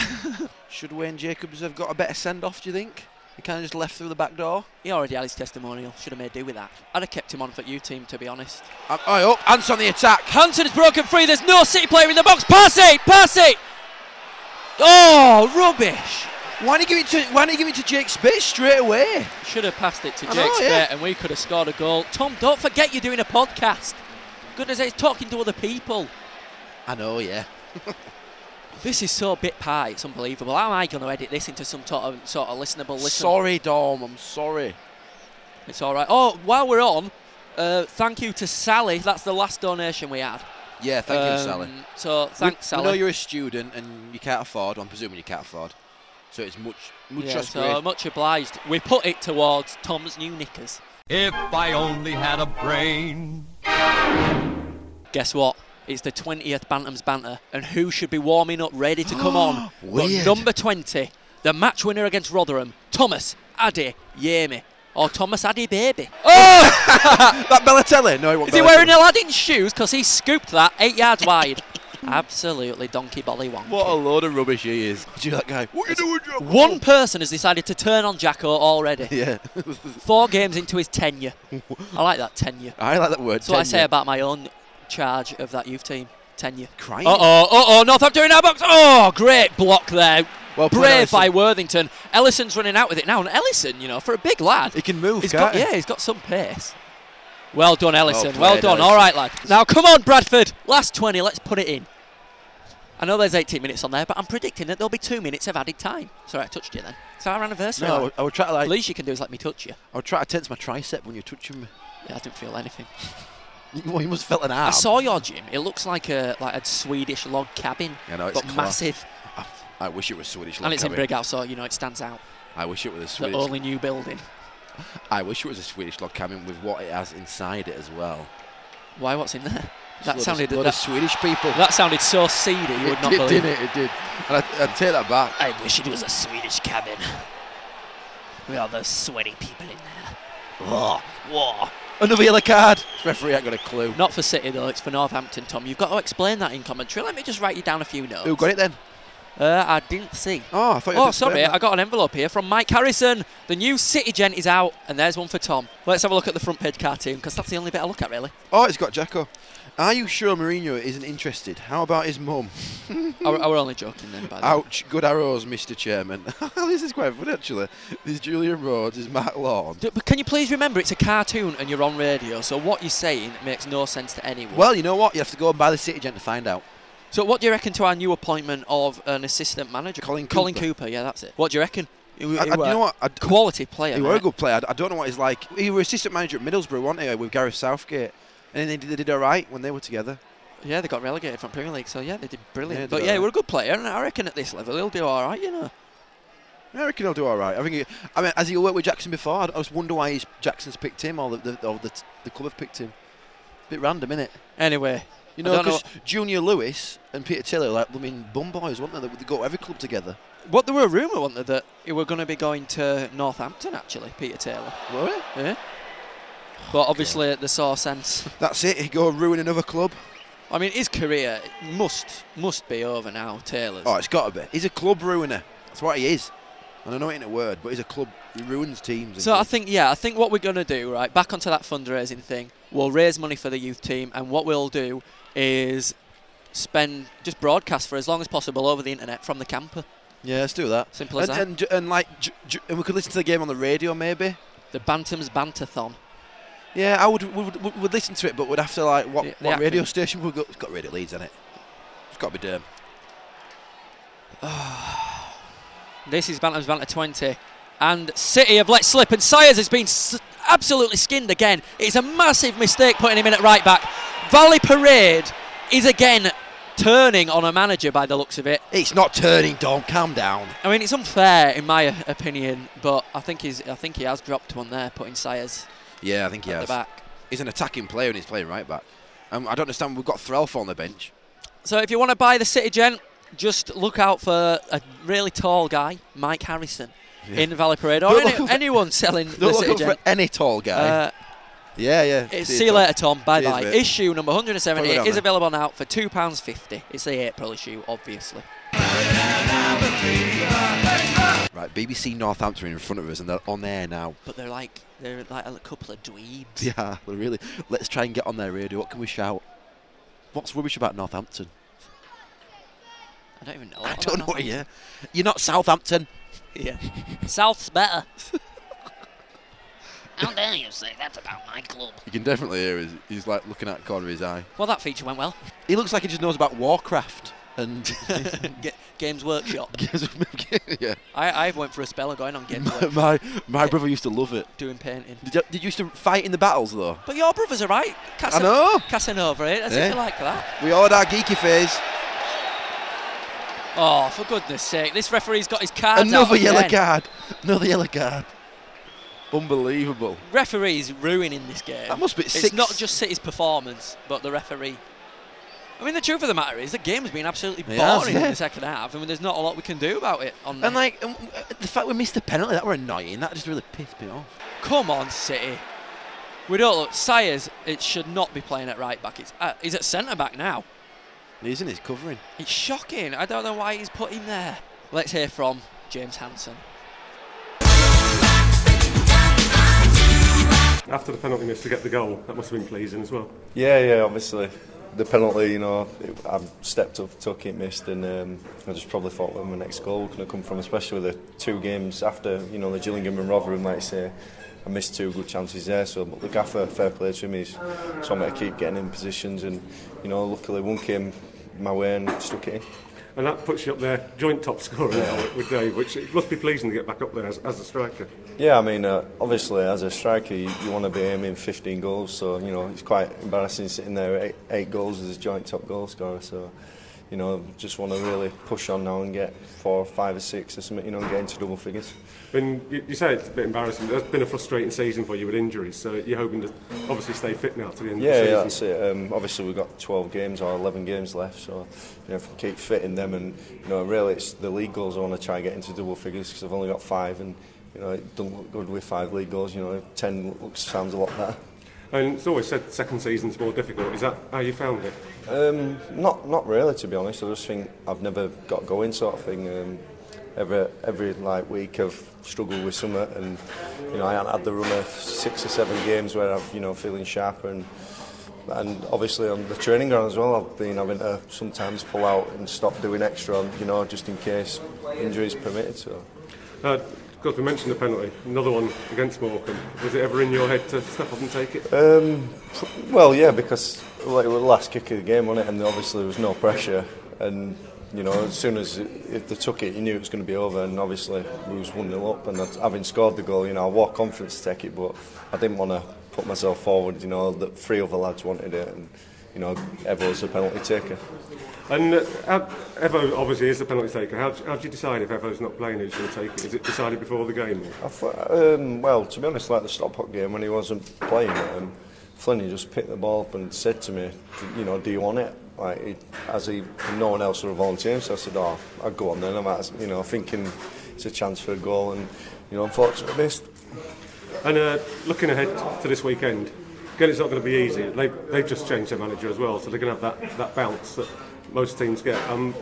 Should Wayne Jacobs have got a better send off, do you think? He kind of just left through the back door. he already had his testimonial. Should have made do with that. I'd have kept him on for U team, to be honest. I, I hope. Ants on the attack. Hanson is broken free. There's no City player in the box. Pass it! Pass it! Oh, rubbish! Why didn't he give it to Why didn't he give it to Jake Spitz straight away? Should have passed it to I Jake know, Spare yeah. and we could have scored a goal. Tom, don't forget you're doing a podcast. Goodness, it's talking to other people. I know, yeah. This is so bit pie, it's unbelievable. How am I going to edit this into some sort of, sort of listenable listen? Sorry, Dom. I'm sorry. It's all right. Oh, while we're on, uh, thank you to Sally. That's the last donation we had. Yeah, thank you, Um, Sally. So thanks, we, Sally. We know you're a student and you can't afford. I'm presuming you can't afford. So it's much, much yeah, just so um, much obliged. We put it towards Tom's new knickers. If I only had a brain. Guess what? It's the 20th Bantams Banter, and who should be warming up ready to come on? But Weird. number 20, the match winner against Rotherham, Thomas Addy Yemi. Or Thomas Addy Baby. Oh! That Bellatelli? No, he won't. Is he wearing Aladdin's shoes? Because he scooped that eight yards wide. Absolutely donkey bolly one. What a load of rubbish he is. Do you that guy? What you doing, Joe? One person has decided to turn on Jacko already. Yeah. Four games into his tenure. I like that tenure. I like that word. That's what I say tenure. about my own charge of that youth team. Tenure. Crying. Uh oh, uh oh, Northampton in our box. Oh, great block there. Well played, Brave by Ellison. Worthington. Ellison's running out with it now, and Ellison, you know, for a big lad, He can move. he's can't got he? yeah, he's got some pace. Well done, Ellison. Well, played, done. Ellison. All right, lad. Now come on, Bradford. Last twenty. Let's put it in. I know there's 18 minutes on there, but I'm predicting that there'll be two minutes of added time. Sorry, I touched you then. It's our anniversary. No, I lad. would- I would try to like. The least you can do is let me touch you. I would try to tense my tricep when you're touching me. Yeah, I didn't feel anything. You- Well, you must have felt an arm. I saw your gym. It looks like a like a Swedish log cabin, Yeah, no, it's but class. massive, I, I wish it was Swedish. and it's in Lockabie. Brighouse, so you know it stands out. I wish it was a The Swedish. only new building. I wish it was a Swedish log cabin with what it has inside it as well. Why? What's in there? It's a load That of- sounded load of that, Swedish people. that sounded so seedy. You would it not did, believe. didn't it? It did. And I, I take that back. I wish it was a Swedish cabin. We are those sweaty people in there. Oh, Whoa. Another yellow card. Referee ain't got a clue. Not for City though. It's for Northampton, Tom. You've got to explain that in commentary. Let me just write you down a few notes. Who got it then? Uh, I didn't see. Oh, I thought. You oh, had explained sorry. that. I got an envelope here from Mike Harrison. The new City gent is out, and there's one for Tom. Let's have a look at the front page cartoon because that's the only bit I look at really. Oh, it's got Jacko. Are you sure Mourinho isn't interested? How about his mum? I, I were only joking then. By the way. Ouch, good arrows, Mr. Chairman. this is quite fun, actually. There's Julian Rhodes, there's Matt Lawn. D- But can you please remember it's a cartoon and you're on radio, so what you're saying makes no sense to anyone. Well, you know what? You have to go and buy the City Gent to find out. So, what do you reckon to our new appointment of an assistant manager? Colin Cooper. Colin Cooper, yeah, that's it. What do you reckon? Who- I- who I- you were- know what? I- quality player. he were a right? good player. I- I don't know what he's like. He was assistant manager at Middlesbrough, wasn't he, with Gareth Southgate? And they did, they did all right when they were together. Yeah, they got relegated from Premier League, so yeah, they did brilliant. Yeah, they but did yeah, alright. we're a good player, and I reckon at this level he'll do all right, you know. I reckon he'll do all right. I think. He, I mean, has he worked with Jackson before? I I just wonder why he's, Jackson's picked him, or the the, or the t- the club have picked him. Bit random, innit? Anyway, you I know, don't know because Junior Lewis and Peter Taylor, like, I mean, bum boys, weren't they? They they go to every club together. What there were a rumour, wasn't there, that he were going to be going to Northampton actually, Peter Taylor. Were it? Yeah. But obviously, the saw sense. That's it. He go ruin another club. I mean, his career must must be over now, Taylor's. Oh, it's got to be. He's a club ruiner. That's what he is. And I know it ain't a word, but he's a club. He ruins teams. and So I clubs. think yeah, I think what we're gonna do right back onto that fundraising thing. We'll raise money for the youth team, and what we'll do is spend just broadcast for as long as possible over the internet from the camper. yeah, let's do that. Simple as and, that. And, ju- and like, ju- ju- and we could listen to the game on the radio, maybe. The Bantams Bantathon. Yeah, I would would, would, would listen to it, but would have to like what, Yeah, the what radio acting. station we got? It's got Radio Leeds on it. It's got to be Durham. This is Bantams Banter 20, and City have let slip, and Sayers has been s- absolutely skinned again. It's a massive mistake putting him in at right back. Valley Parade is again turning on a manager by the looks of it. It's not turning, Dom. Calm down. I mean, it's unfair in my o- opinion, but I think he's I think he has dropped one there, putting Sayers Yeah, I think he at has. the back. He's an attacking player and he's playing right back. Um, I don't understand. We've got Threlf on the bench. So if you want to buy the City Gent, just look out for a really tall guy, Mike Harrison, Yeah. in Valley Parade, or Don't any, look out for- anyone selling Don't the look City out for Gent. any tall guy. Uh, yeah, yeah. it's- you, see you Tom. later, Tom. Bye Cheers, bye. mate. Issue number Put it 178 on is then. available now for £2.50. It's the April issue, obviously. Right, BBC Northampton are in front of us and they're on air now. But they're like they're like a couple of dweebs. Yeah, we're really. Let's try and get on their radio. What can we shout? What's rubbish about Northampton? I don't even know. I don't know. what Yeah, you're not Southampton. Yeah. South's better. How dare you say that about my club? You can definitely hear his, he's like looking out the corner of his eye. Well, that feature went well. He looks like he just knows about Warcraft and Ga- Games Workshop. yeah. I, I went for a spell of going on Games My, Workshop my my brother used to love it. doing painting. Did you, did you used to fight in the battles though? But your brother's are right. Casa- I know. Casanova, eh? That's Eh? if you like that. We all had our geeky phase. Oh, for goodness sake. This referee's got his cards Another out yellow again. card. Another yellow card. Unbelievable. Referee's ruining this game. That must be It's six. not just City's performance, but the referee. I mean, the truth of the matter is the game's been absolutely It boring has, in yeah. the second half. I mean, there's not a lot we can do about it. On And the- like um, uh, the fact we missed the penalty, that were annoying. That just really pissed me off. Come on, City. We don't look. Sayers, it should not be playing at right back. It's uh, he's at centre back now. Isn't his covering? It's shocking. I don't know why he's put him there. Let's hear from James Hanson. After the penalty miss to get the goal, that must have been pleasing as well. Yeah, yeah, obviously. The penalty, you know, it, I stepped up, took it, missed, and um, I just probably thought where my next goal was going to come from, especially the two games after, you know, the Gillingham and Rotherham, like I say, I missed two good chances there. So, but the gaffer, fair play to him, he's told me to keep getting in positions, and, you know, luckily one came my way and stuck it in. And that puts you up there, joint top scorer now with Dave, which it must be pleasing to get back up there as, as a striker. Yeah, I mean, uh, obviously, as a striker, you, you want to be aiming 15 goals, so, you know, it's quite embarrassing sitting there with eight, eight goals as a joint top goal scorer, so, you know, just want to really push on now and get four, five or six or something, you know, and get into double figures. Been, you, you say it's a bit embarrassing, but it's been a frustrating season for you with injuries, so you're hoping to obviously stay fit now to the end Yeah, of the yeah, season. that's it. Um, obviously, we've got 12 games or 11 games left, so, you know, if we keep fitting them and, you know, really it's the league goals I want to try and get into double figures because I've only got five and you know, it doesn't look good with five league goals. You know, ten looks sounds a lot better. And it's always said second season's more difficult. Is that how you found it? Um, not not really, to be honest. I just think I've never got going, sort of thing. Um, every every like week I've struggled with summer, and you know I haven't had the run of six or seven games where I've you know feeling sharp and. And obviously on the training ground as well, I've been having to sometimes pull out and stop doing extra, you know, just in case injuries permitted. So Uh, because we mentioned the penalty, another one against Morecambe. Was it ever in your head to step up and take it? Um, pr- well, yeah, because like, it was the last kick of the game, wasn't it? And obviously there was no pressure. And, you know, as soon as it, if they took it, you knew it was going to be over. And obviously we was 1-0 up. And I'd- having scored the goal, you know, I was confident to take it, but I didn't want to put myself forward. You know, that three other lads wanted it. And, you know, Evo was a penalty taker. And uh, how- Evo obviously is the penalty taker. How, d- how do you decide if Evo's not playing who's going to take it? Is it decided before the game? I thought, um, well, to be honest, like the Stockport game when he wasn't playing, um, Flinney just picked the ball up and said to me, "D- you know, do you want it? Like, he, as he, no one else were volunteering, so I said, oh, I'll go on then. I'm at, you know, thinking it's a chance for a goal, and you know, unfortunately I missed. And uh, looking ahead to this weekend, again, it's not going to be easy. They, they've just changed their manager as well, so they're going to have that, that bounce that most teams get. Um,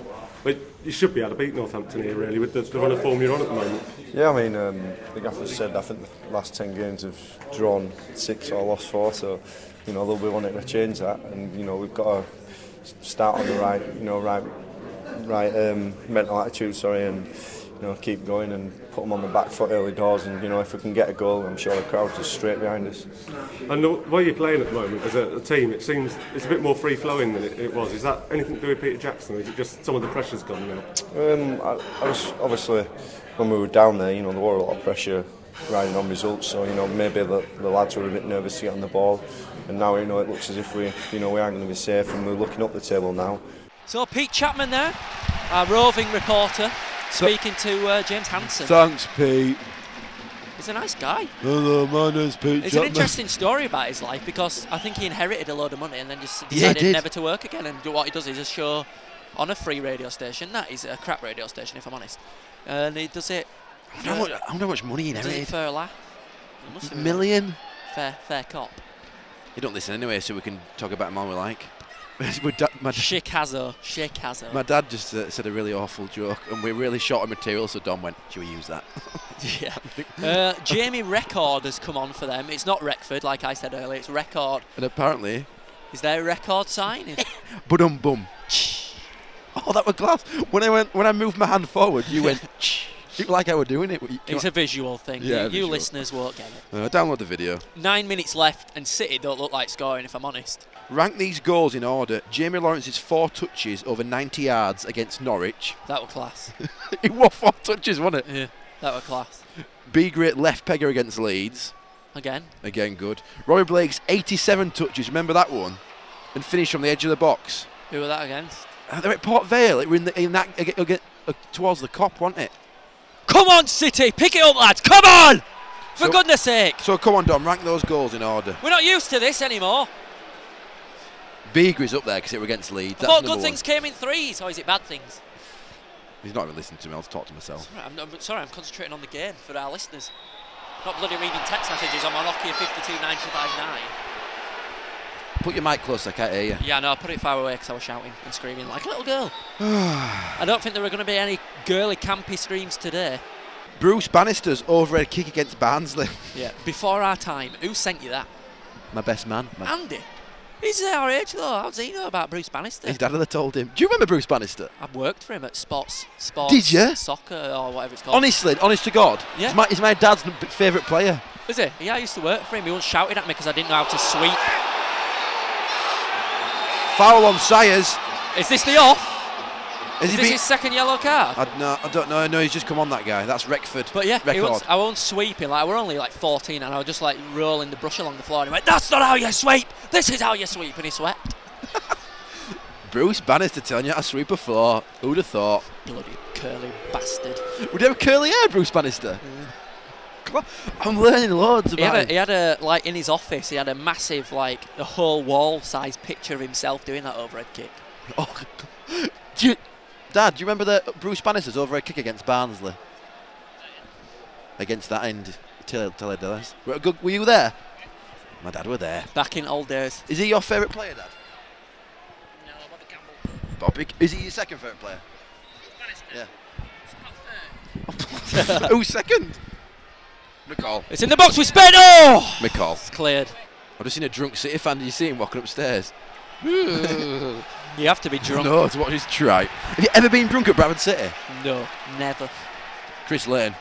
but you should be able to beat Northampton here, really, with the, the run of form you're on at the moment. Yeah, I mean, um, the gaffer said I think the last ten games have drawn six or lost four, so you know they'll be wanting to change that, and you know we've got to s- start on the right, you know, right, right um, mental attitude, sorry, and you know keep going and put them on the back foot early doors, and you know if we can get a goal, I'm sure the crowd's just straight behind us. And the way you're playing at the moment as a, a team, it seems it's a bit more free flowing than it, it was. Is that anything to do with Peter Jackson, or is it just some of the pressure's gone now? Um, I, I was obviously when we were down there, you know, there were a lot of pressure riding on results. So you know, maybe the, the lads were a bit nervous to get on the ball, and now you know it looks as if we, you know, we aren't going to be safe, and we're looking up the table now. So Pete Chapman there, our roving reporter, speaking to uh, James Hanson. Thanks, Pete. He's a nice guy. Hello, my name's Pete It's an interesting story about his life because I think he inherited a load of money and then just Yeah, he decided did. never to work again. And do- what he does is a show on a free radio station. That is a crap radio station, if I'm honest. And he does it. How much, I wonder how much money he does it inherited. for a laugh. It must have been a Million? Fair, fair cop. You don't listen anyway, so we can talk about him all we like. my, dad, my, Shikazo, Shikazo. my dad just uh, said a really awful joke, and we're really short on material, so Don went, Should we use that? yeah. Uh, Jamie Record has come on for them. It's not Reckford, like I said earlier. It's Record. And apparently, Is there a record signing? budum bum. Oh, that was class. When I went, when I moved my hand forward, you went, It was like I were doing it. it's a visual thing. Yeah, you, you visual. listeners won't get it. Uh, download the video. Nine minutes left, and City don't look like scoring, if I'm honest. Rank these goals in order. Jamie Lawrence's four touches over 90 yards against Norwich. That were class. it was four touches, wasn't it? Yeah. That were class. B great left pegger against Leeds. Again. Again, good. Robbie Blake's 87 touches. Remember that one? And finished from the edge of the box. Who were that against? Uh, They're at Port Vale. It were in, the, in that ag- ag- ag- towards the cop, wasn't it? Come on, City, pick it up, lads. Come on! For So- goodness sake. So come on, Dom. Rank those goals in order. We're not used to this anymore. Beagre's up there because it were against Leeds. I That's thought number good one. things came in threes, or is it bad things? He's not even listening to me. I'll talk to myself. Right, I'm, I'm sorry, I'm concentrating on the game for our listeners. Not bloody reading text messages on my Nokia 529259. Put your mic close. I can't hear you. Yeah, no, I put it far away because I was shouting and screaming like a little girl. I don't think there are going to be any girly, campy screams today. Bruce Bannister's overhead kick against Barnsley. Yeah, before our time. Who sent you that? My best man. My- Andy. He's our age though. How does he know about Bruce Bannister? his dad had told him. Do you remember Bruce Bannister? I've worked for him at sports, sports, Did ya? soccer or whatever it's called. Oh. Honestly, honest to God. Yeah. He's my, he's my dad's n- favourite player. Is it? Yeah, I used to work for him. He once shouted at me because I didn't know how to sweep. Foul on Sayers. Is this the off? Has he Is this been- his second yellow card? I, no, I don't know. No, he's just come on that guy. That's Reckford. But yeah, He record. once, I was sweeping. Like we're only like 14, and I was just like rolling the brush along the floor. And he went, "That's not how you sweep. This is how you sweep." And he swept. Bruce Bannister telling you how to sweep a floor. Who'd have thought? Bloody curly bastard. Would he have curly hair, Bruce Bannister? Cla- I'm learning loads He had, about a, him. he had a like in his office. He had a massive like a whole wall size picture of himself doing that overhead kick. Oh, do you, Dad, do you remember the Bruce Bannister's overhead kick against Barnsley? against that end. Tele Tele Dallas. Were, good- were you there? My dad were there. Back in old days. Is he your favourite player, Dad? No, Bobby Campbell. Bobby, is he your second favourite player? Yeah. Who's second? McCall. It's in the box with Spain. Oh! McCall. It's cleared. I've just seen a drunk City fan. Did you see him walking upstairs? you have to be drunk. No, to watch his tripe. Have you ever been drunk at Bradford City? No, never. Chris Lane.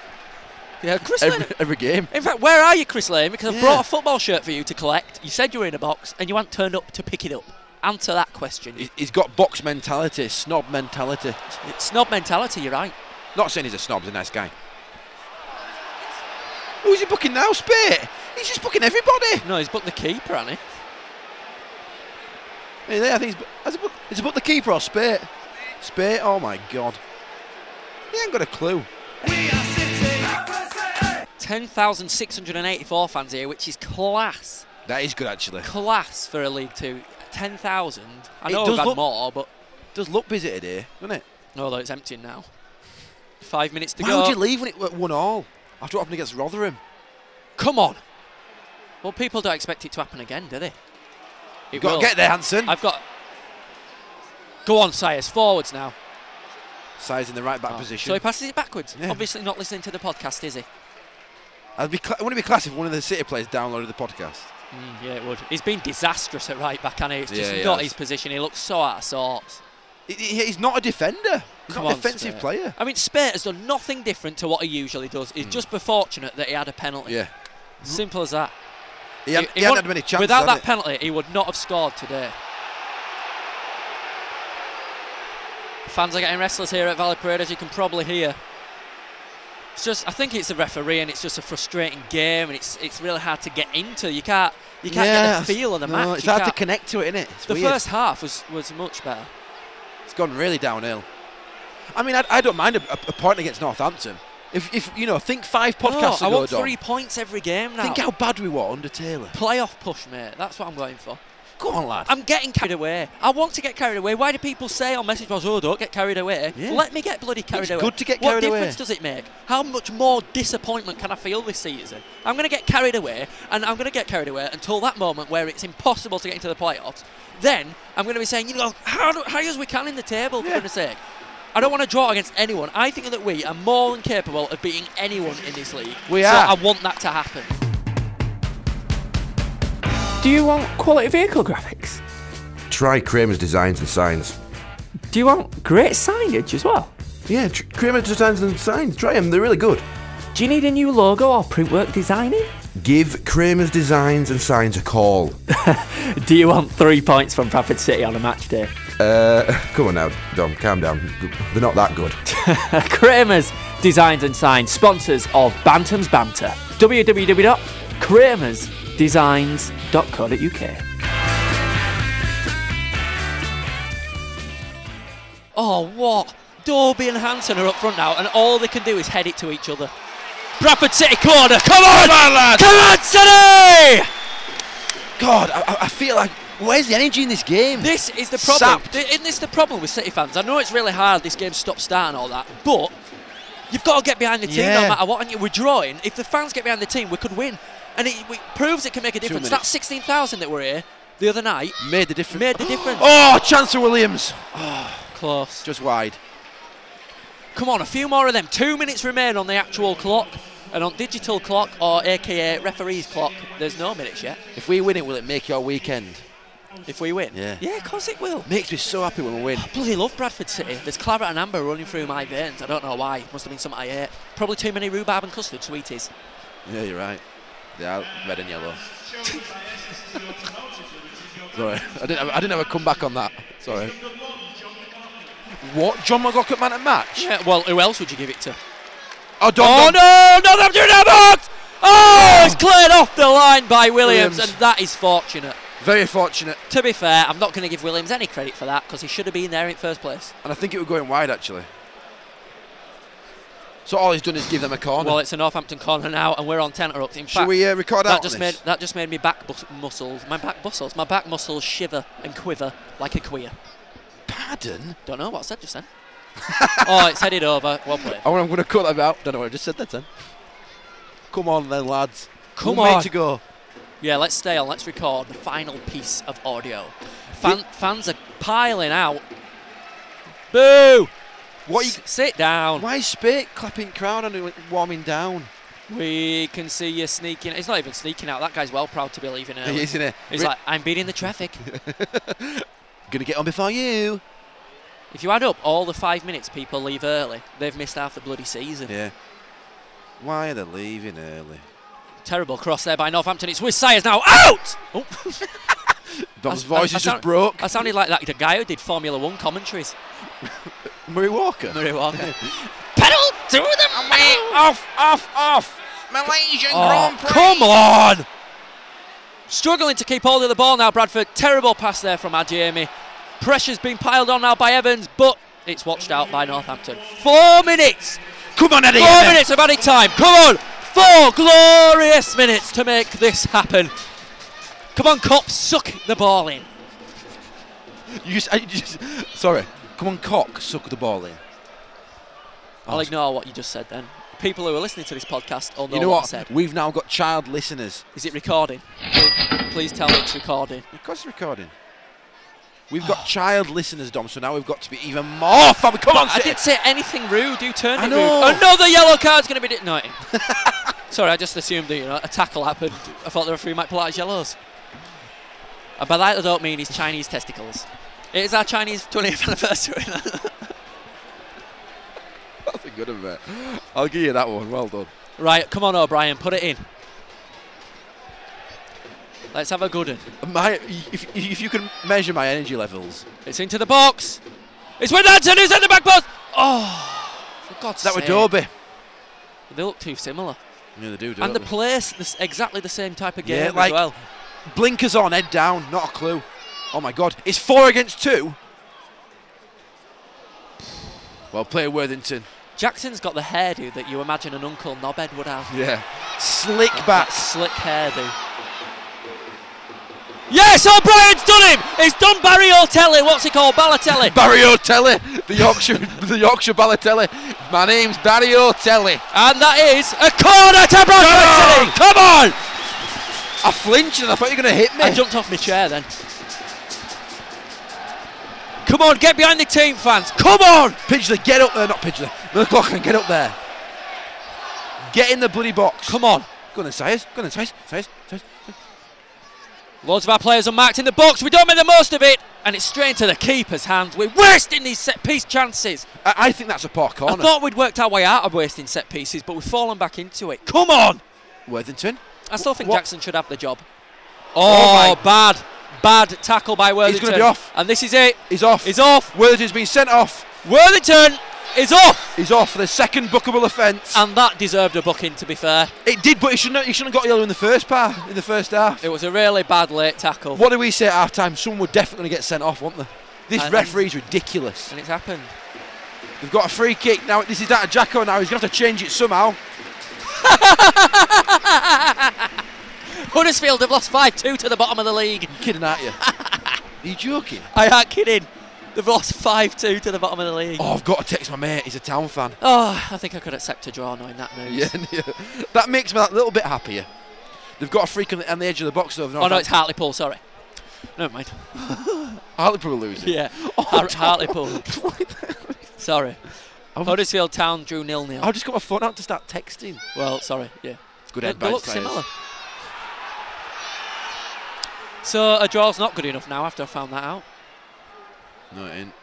Yeah, Chris every, Lane. every game. In fact, where are you, Chris Lane? Because Yeah. I brought a football shirt for you to collect. You said you were in a box and you hadn't turned up to pick it up. Answer that question. He- He's got box mentality, snob mentality. It's snob mentality, you're right. Not saying he's a snob, he's a nice guy. Who's he booking now, Spate? He's just booking everybody. No, he's booked the keeper, hasn't he? Hey, there, I think he's, bu- has he booked, has he booked the keeper or Spate? Spate, oh my god. He ain't got a clue. 10,684 fans here, which is class. That is good, actually. Class for a League Two. 10,000. I It know does we've had look- more, but. does look busy today, doesn't it? Although it's empty now. Five minutes to Why go. would you leave when it were one all? After what happened against Rotherham. Come on. Well, people don't expect it to happen again, do they? You gotta get there, Hanson. I've got. Go on, Sayers. Forwards now. Size in the right back position. So he passes it backwards. Obviously, not listening to the podcast, is he? I'd be cla wouldn't it be class if one of the City players downloaded the podcast? Mm, yeah, it would. He's been disastrous at right back, hasn't he? It's just Yeah, he not has. his position. He looks so out of sorts. he's not a defender. He's Come not a on, defensive Spate. player. I mean, Spate has done nothing different to what he usually does. He's just be fortunate that he had a penalty. Yeah. Simple as that. He, had, he hadn't won't- had many chances. Without had that he? penalty, he would not have scored today. Fans are getting restless here at Valley Parade, as you can probably hear. It's just, I think it's the referee, and it's just a frustrating game, and it's it's really hard to get into. You can't you can't Yeah, get the feel of the no, match. It's You hard to can't- connect to it, isn't it? It's The weird. first half was was much better. It's gone really downhill. I mean, I, I don't mind a, a, a point against Northampton. If, if you know, think five podcasts no, Oh, I ago, want Dom. three points every game now. Think how bad we were under Taylor. Playoff push, mate. That's what I'm going for. Go on, lad. I'm getting carried away. I want to get carried away. Why do people say on message boards, oh, don't get carried away? Yeah. Let me get bloody carried It's away. good to get What carried away. difference does it make? How much more disappointment can I feel this season? I'm going to get carried away, and I'm going to get carried away until that moment where it's impossible to get into the playoffs. Then I'm going to be saying, you know, how do, high as we can in the table, for goodness sake. I don't want to draw against anyone. I think that we are more than capable of beating anyone in this league. We So are. I want that to happen. Do you want quality vehicle graphics? Try Kramer's Designs and Signs. Do you want great signage as well? Yeah, tr- Kramer's Designs and Signs. Try them, they're really good. Do you need a new logo or printwork designing? Give Kramer's Designs and Signs a call. Do you want three points from Bradford City on a match day? Uh, come on now, Dom, calm down. They're not that good. Kramer's Designs and Signs, sponsors of Bantam's Banter. www.kramersdesigns.co.uk. Oh, what? Dorby and Hanson are up front now, and all they can do is head it to each other. Bradford City corner. Come on, lad. Come on, City! God, I, I- I feel like where's the energy in this game? This is the problem. Th- Isn't this the problem with City fans? I know it's really hard. This game stop starting all that, but you've got to get behind the team Yeah. no matter what. And you- we're drawing. If the fans get behind the team, we could win, and it, it proves it can make a difference. That minutes. sixteen thousand that were here the other night made the difference. Made the difference. Oh, Chancellor Williams. Close. Just wide. Come on, a few more of them. Two minutes remain on the actual clock. And on digital clock, or aka referee's clock, there's no minutes yet. If we win it, will it make your weekend? If we win? Yeah. Yeah, of course it will. Makes me so happy when we win. Bloody love Bradford City. There's claret and amber running through my veins. I don't know why. Must have been something I ate. Probably too many rhubarb and custard sweeties. Yeah, you're right. They are red and yellow. Sorry, I didn't, have, I didn't have a comeback on that. Sorry. What? John McLaughlin man at match? Yeah, well, who else would you give it to? Oh, Dom, oh Dom. no! Not up to the box! Oh, it's cleared off the line by Williams, Williams. and that is fortunate. Very fortunate. To be fair, I'm not going to give Williams any credit for that because he should have been there in first place. And I think it was going wide, actually. So all he's done is give them a corner. Well, it's a Northampton corner now, and we're on tenterhooks. In Shall fact, we, uh, record that out on just this? made that just made me back bus- muscles, my back muscles, my back muscles shiver and quiver like a queer. Pardon? Don't know what I said just then. oh, it's headed over. Well played. I want, I'm going to cut that out. Don't know what I just said that then. Come on then, lads. Come One way on. to go. Yeah, let's stay on. Let's record the final piece of audio. Fan, fans are piling out. Boo! What? sit down. Why spit clapping crowd and warming down? We can see you sneaking. It's not even sneaking out. That guy's well proud to be leaving early. He is, isn't he? He's Ri- like, I'm beating the traffic. Gonna get on before you. If you add up all the five minutes people leave early, they've missed half the bloody season. Yeah. Why are they leaving early? Terrible cross there by Northampton. It's with Sayers now. Out! Oh. Dom's I- I- voice I is just sound- broke. I sounded like that the guy who did Formula One commentaries. Murray Walker. Murray Walker. Pedal to the metal. Off, off, off. Malaysian Oh, come on! Struggling to keep hold of the ball now, Bradford. Terrible pass there from Adjemi. Pressure's been piled on now by Evans, but it's watched out by Northampton. Four minutes! Come on, Eddie! Four Evan. minutes of added time. Come on! Four glorious minutes to make this happen. Come on, Cop, suck the ball in. You just, I just, sorry. Come on, cock, suck the ball in. I'll ignore what you just said then. People who are listening to this podcast all know, you know what, what? I said. We've now got child listeners. Is it recording? Please- Please tell me it's recording. Of course, it's recording. We've got child listeners, Dom. So now we've got to be even more. Fam- come on, I City. didn't say anything rude. You turned I it know. rude. Another yellow card's going to be. Di- no. it- Sorry, I just assumed that you know a tackle happened. I thought the referee might pull out his yellows. And by that I don't mean his Chinese testicles. It is our Chinese 20th anniversary. That's a good one, mate. I'll give you that one. Well done. right, come on, O'Brien, put it in. Let's have a good one. My, if, if you can measure my energy levels, It's into the box. It's with Anson who's at the back post. Oh, for God's that were sake. Dobie. They look too similar. Yeah, they do. and don't the they? place, this, exactly the same type of game Yeah, as like- well. blinkers on, head down, not a clue. Oh my God, it's four against two. Well played, Worthington. Jackson's got the hairdo that you imagine an Uncle Nobed would have. Yeah, slick That- back. that Slick hairdo. Yes, O'Brien's done him! He's done Barry O'Telly. What's he called? Balotelli. Barry O'Telly, the Yorkshire, the Yorkshire Balotelli. My name's Barry O'Telly. Oh, And that is a corner to Bradford City. Come on! I flinched and I thought you were going to hit me. I jumped off my chair then. Come on, get behind the team, fans. Come on! Pidgley, get up there. Not Pidgley. McLaughlin, get up there. Get in the bloody box. Come on. Go on then, Sayers. Go on then, Sayers. Sayers. Sayers. Loads of our players are marked in the box. We don't make the most of it. And it's straight into the keeper's hands. We're wasting these set piece chances. I, I think that's a poor I corner. thought we'd worked our way out of wasting set pieces, but we've fallen back into it. Come on! Worthington. I still think What? Jackson should have the job. Oh, Oh, bad, bad tackle by Worthington. gonna be off. And this is it. He's off. He's off. Worthington's been sent off. Worthington is off. He's off for the second bookable offence. And that deserved a booking, to be fair. It did, but he shouldn't. Have, he shouldn't have got yellow in the first part, in the first half. It was a really bad late tackle. What do we say at half time? Someone would definitely get sent off, won't they? This And- referee's ridiculous. And it's happened. They've got a free kick now. This is that of Jacko now. He's gonna have to change it somehow. Huddersfield have lost 5 2 to the bottom of the league. You're kidding, aren't you? Are you joking? I ain't kidding. They've lost 5 2 to the bottom of the league. Oh, I've got to text my mate. He's a town fan. Oh, I think I could accept a draw knowing that news. Yeah, yeah. that makes me a little bit happier. They've got a freak on the, on the edge of the box though. Oh, no, it's Hartlepool, sorry. Never mind. Hartlepool losing. Yeah, Har- Hartlepool. sorry. Huddersfield Town drew nil nil. I've just got my phone out to start texting. Well, sorry, yeah. Good They- head they by look Sayers. similar. So a draw's not good enough now after I found that out. No, it ain't.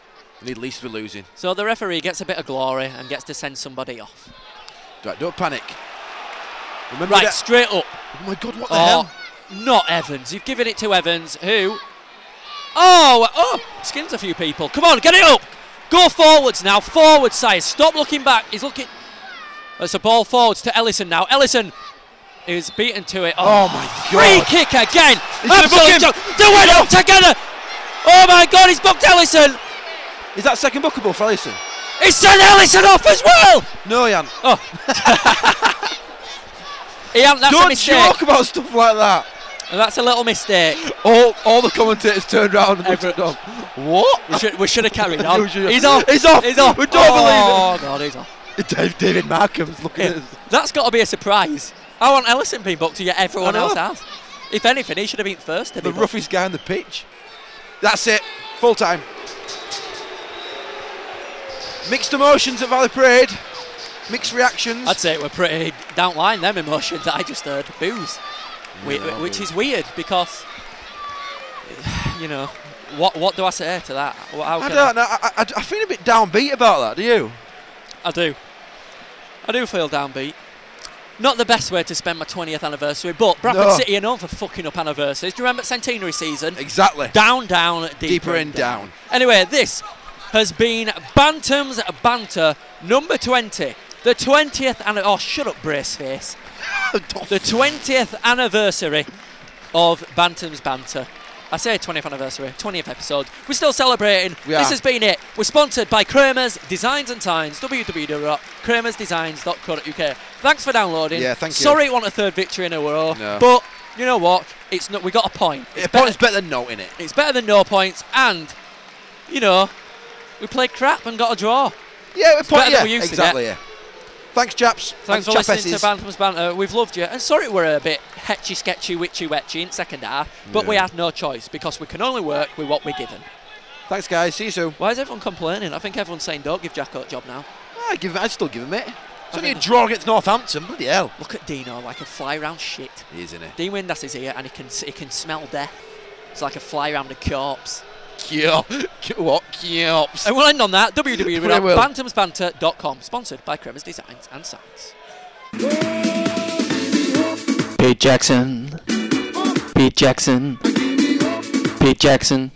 And at least we're losing. So the referee gets a bit of glory and gets to send somebody off. Right, don't panic. Remember Right, that- straight up. Oh my God, what the Oh, hell? not Evans. You've given it to Evans, who. Oh, oh, skins a few people. Come on, get it up. Go forwards now. Forward, Sayers. Stop looking back. He's looking. That's a ball forwards to Ellison now. Ellison is beaten to it. Oh my Free God. kick again. He's gonna book him. Absolute joke. Do it all together. Oh my God, he's booked Ellison. Is that second bookable for Ellison? He sent Ellison off as well. No, Jan. Oh. Ian, that's a don't mistake. joke about stuff like that. That's a little mistake. All, all the commentators turned around and looked Everett. at Dom. What? We should, we should have carried on. We should have- he's off. He's off. He's off. We don't oh, believe God, he's off. Dave- David Markham's looking at us. That's got to be a surprise. I want Ellison being booked, yet everyone I know. else has. If anything, he should have been first. To The be booked. roughest guy on the pitch. That's it. Full time. Mixed emotions at Valley Parade. Mixed reactions. I'd say it were pretty downline them emotions that I just heard. Booze, Whi- Yeah, which boo. is weird because you know what what do I say to that? Wha- How I can don't know. I, I, I feel a bit downbeat about that. Do you? I do. I do feel downbeat. Not the best way to spend my 20th anniversary, but Bradford No. City are known for fucking up anniversaries. Do you remember centenary season? Exactly. Down, down, deeper, Deeper and and down. Anyway, this has been Bantam's Banter number 20. The 20th and Oh, shut up, Braceface. the 20th anniversary of Bantam's Banter. I say 20th anniversary, 20th episode. We're still celebrating. We this are. has been it. We're sponsored by Kramer's Designs and Times, www.kramersdesigns.co.uk. Thanks for downloading. Yeah, thank you. Sorry it wasn't a third victory in a row, No. but you know what? It's not. We got a point. It's A point's better than no, innit? it's better than no points, and you know, we played crap and got a draw. Yeah, a It's point. better yeah, than we used to exactly. get. Yeah. Thanks, chaps. Thanks for Chapesses. listening to Bantham's Banter. We've loved you, and sorry we're a bit hetchy, sketchy, witchy, wetchy in second half, but we Yeah. had no choice because we can only work with what we're given. Thanks, guys. See you soon. Why is everyone complaining? I think everyone's saying don't give Jacko a job now. I Ah, give. I'd still give him it. It's I only a think- draw against Northampton. Bloody hell. Look at Dino like a fly round shit. He is, innit? Dean Windass is here, and he can s- he can smell death. It's like a fly round a corpse. What? Kyops. And we'll end on that. We will. www.bantamsbanter.com, sponsored by Kremers Designs and Science. Pete Jackson. Pete Jackson. Pete Jackson.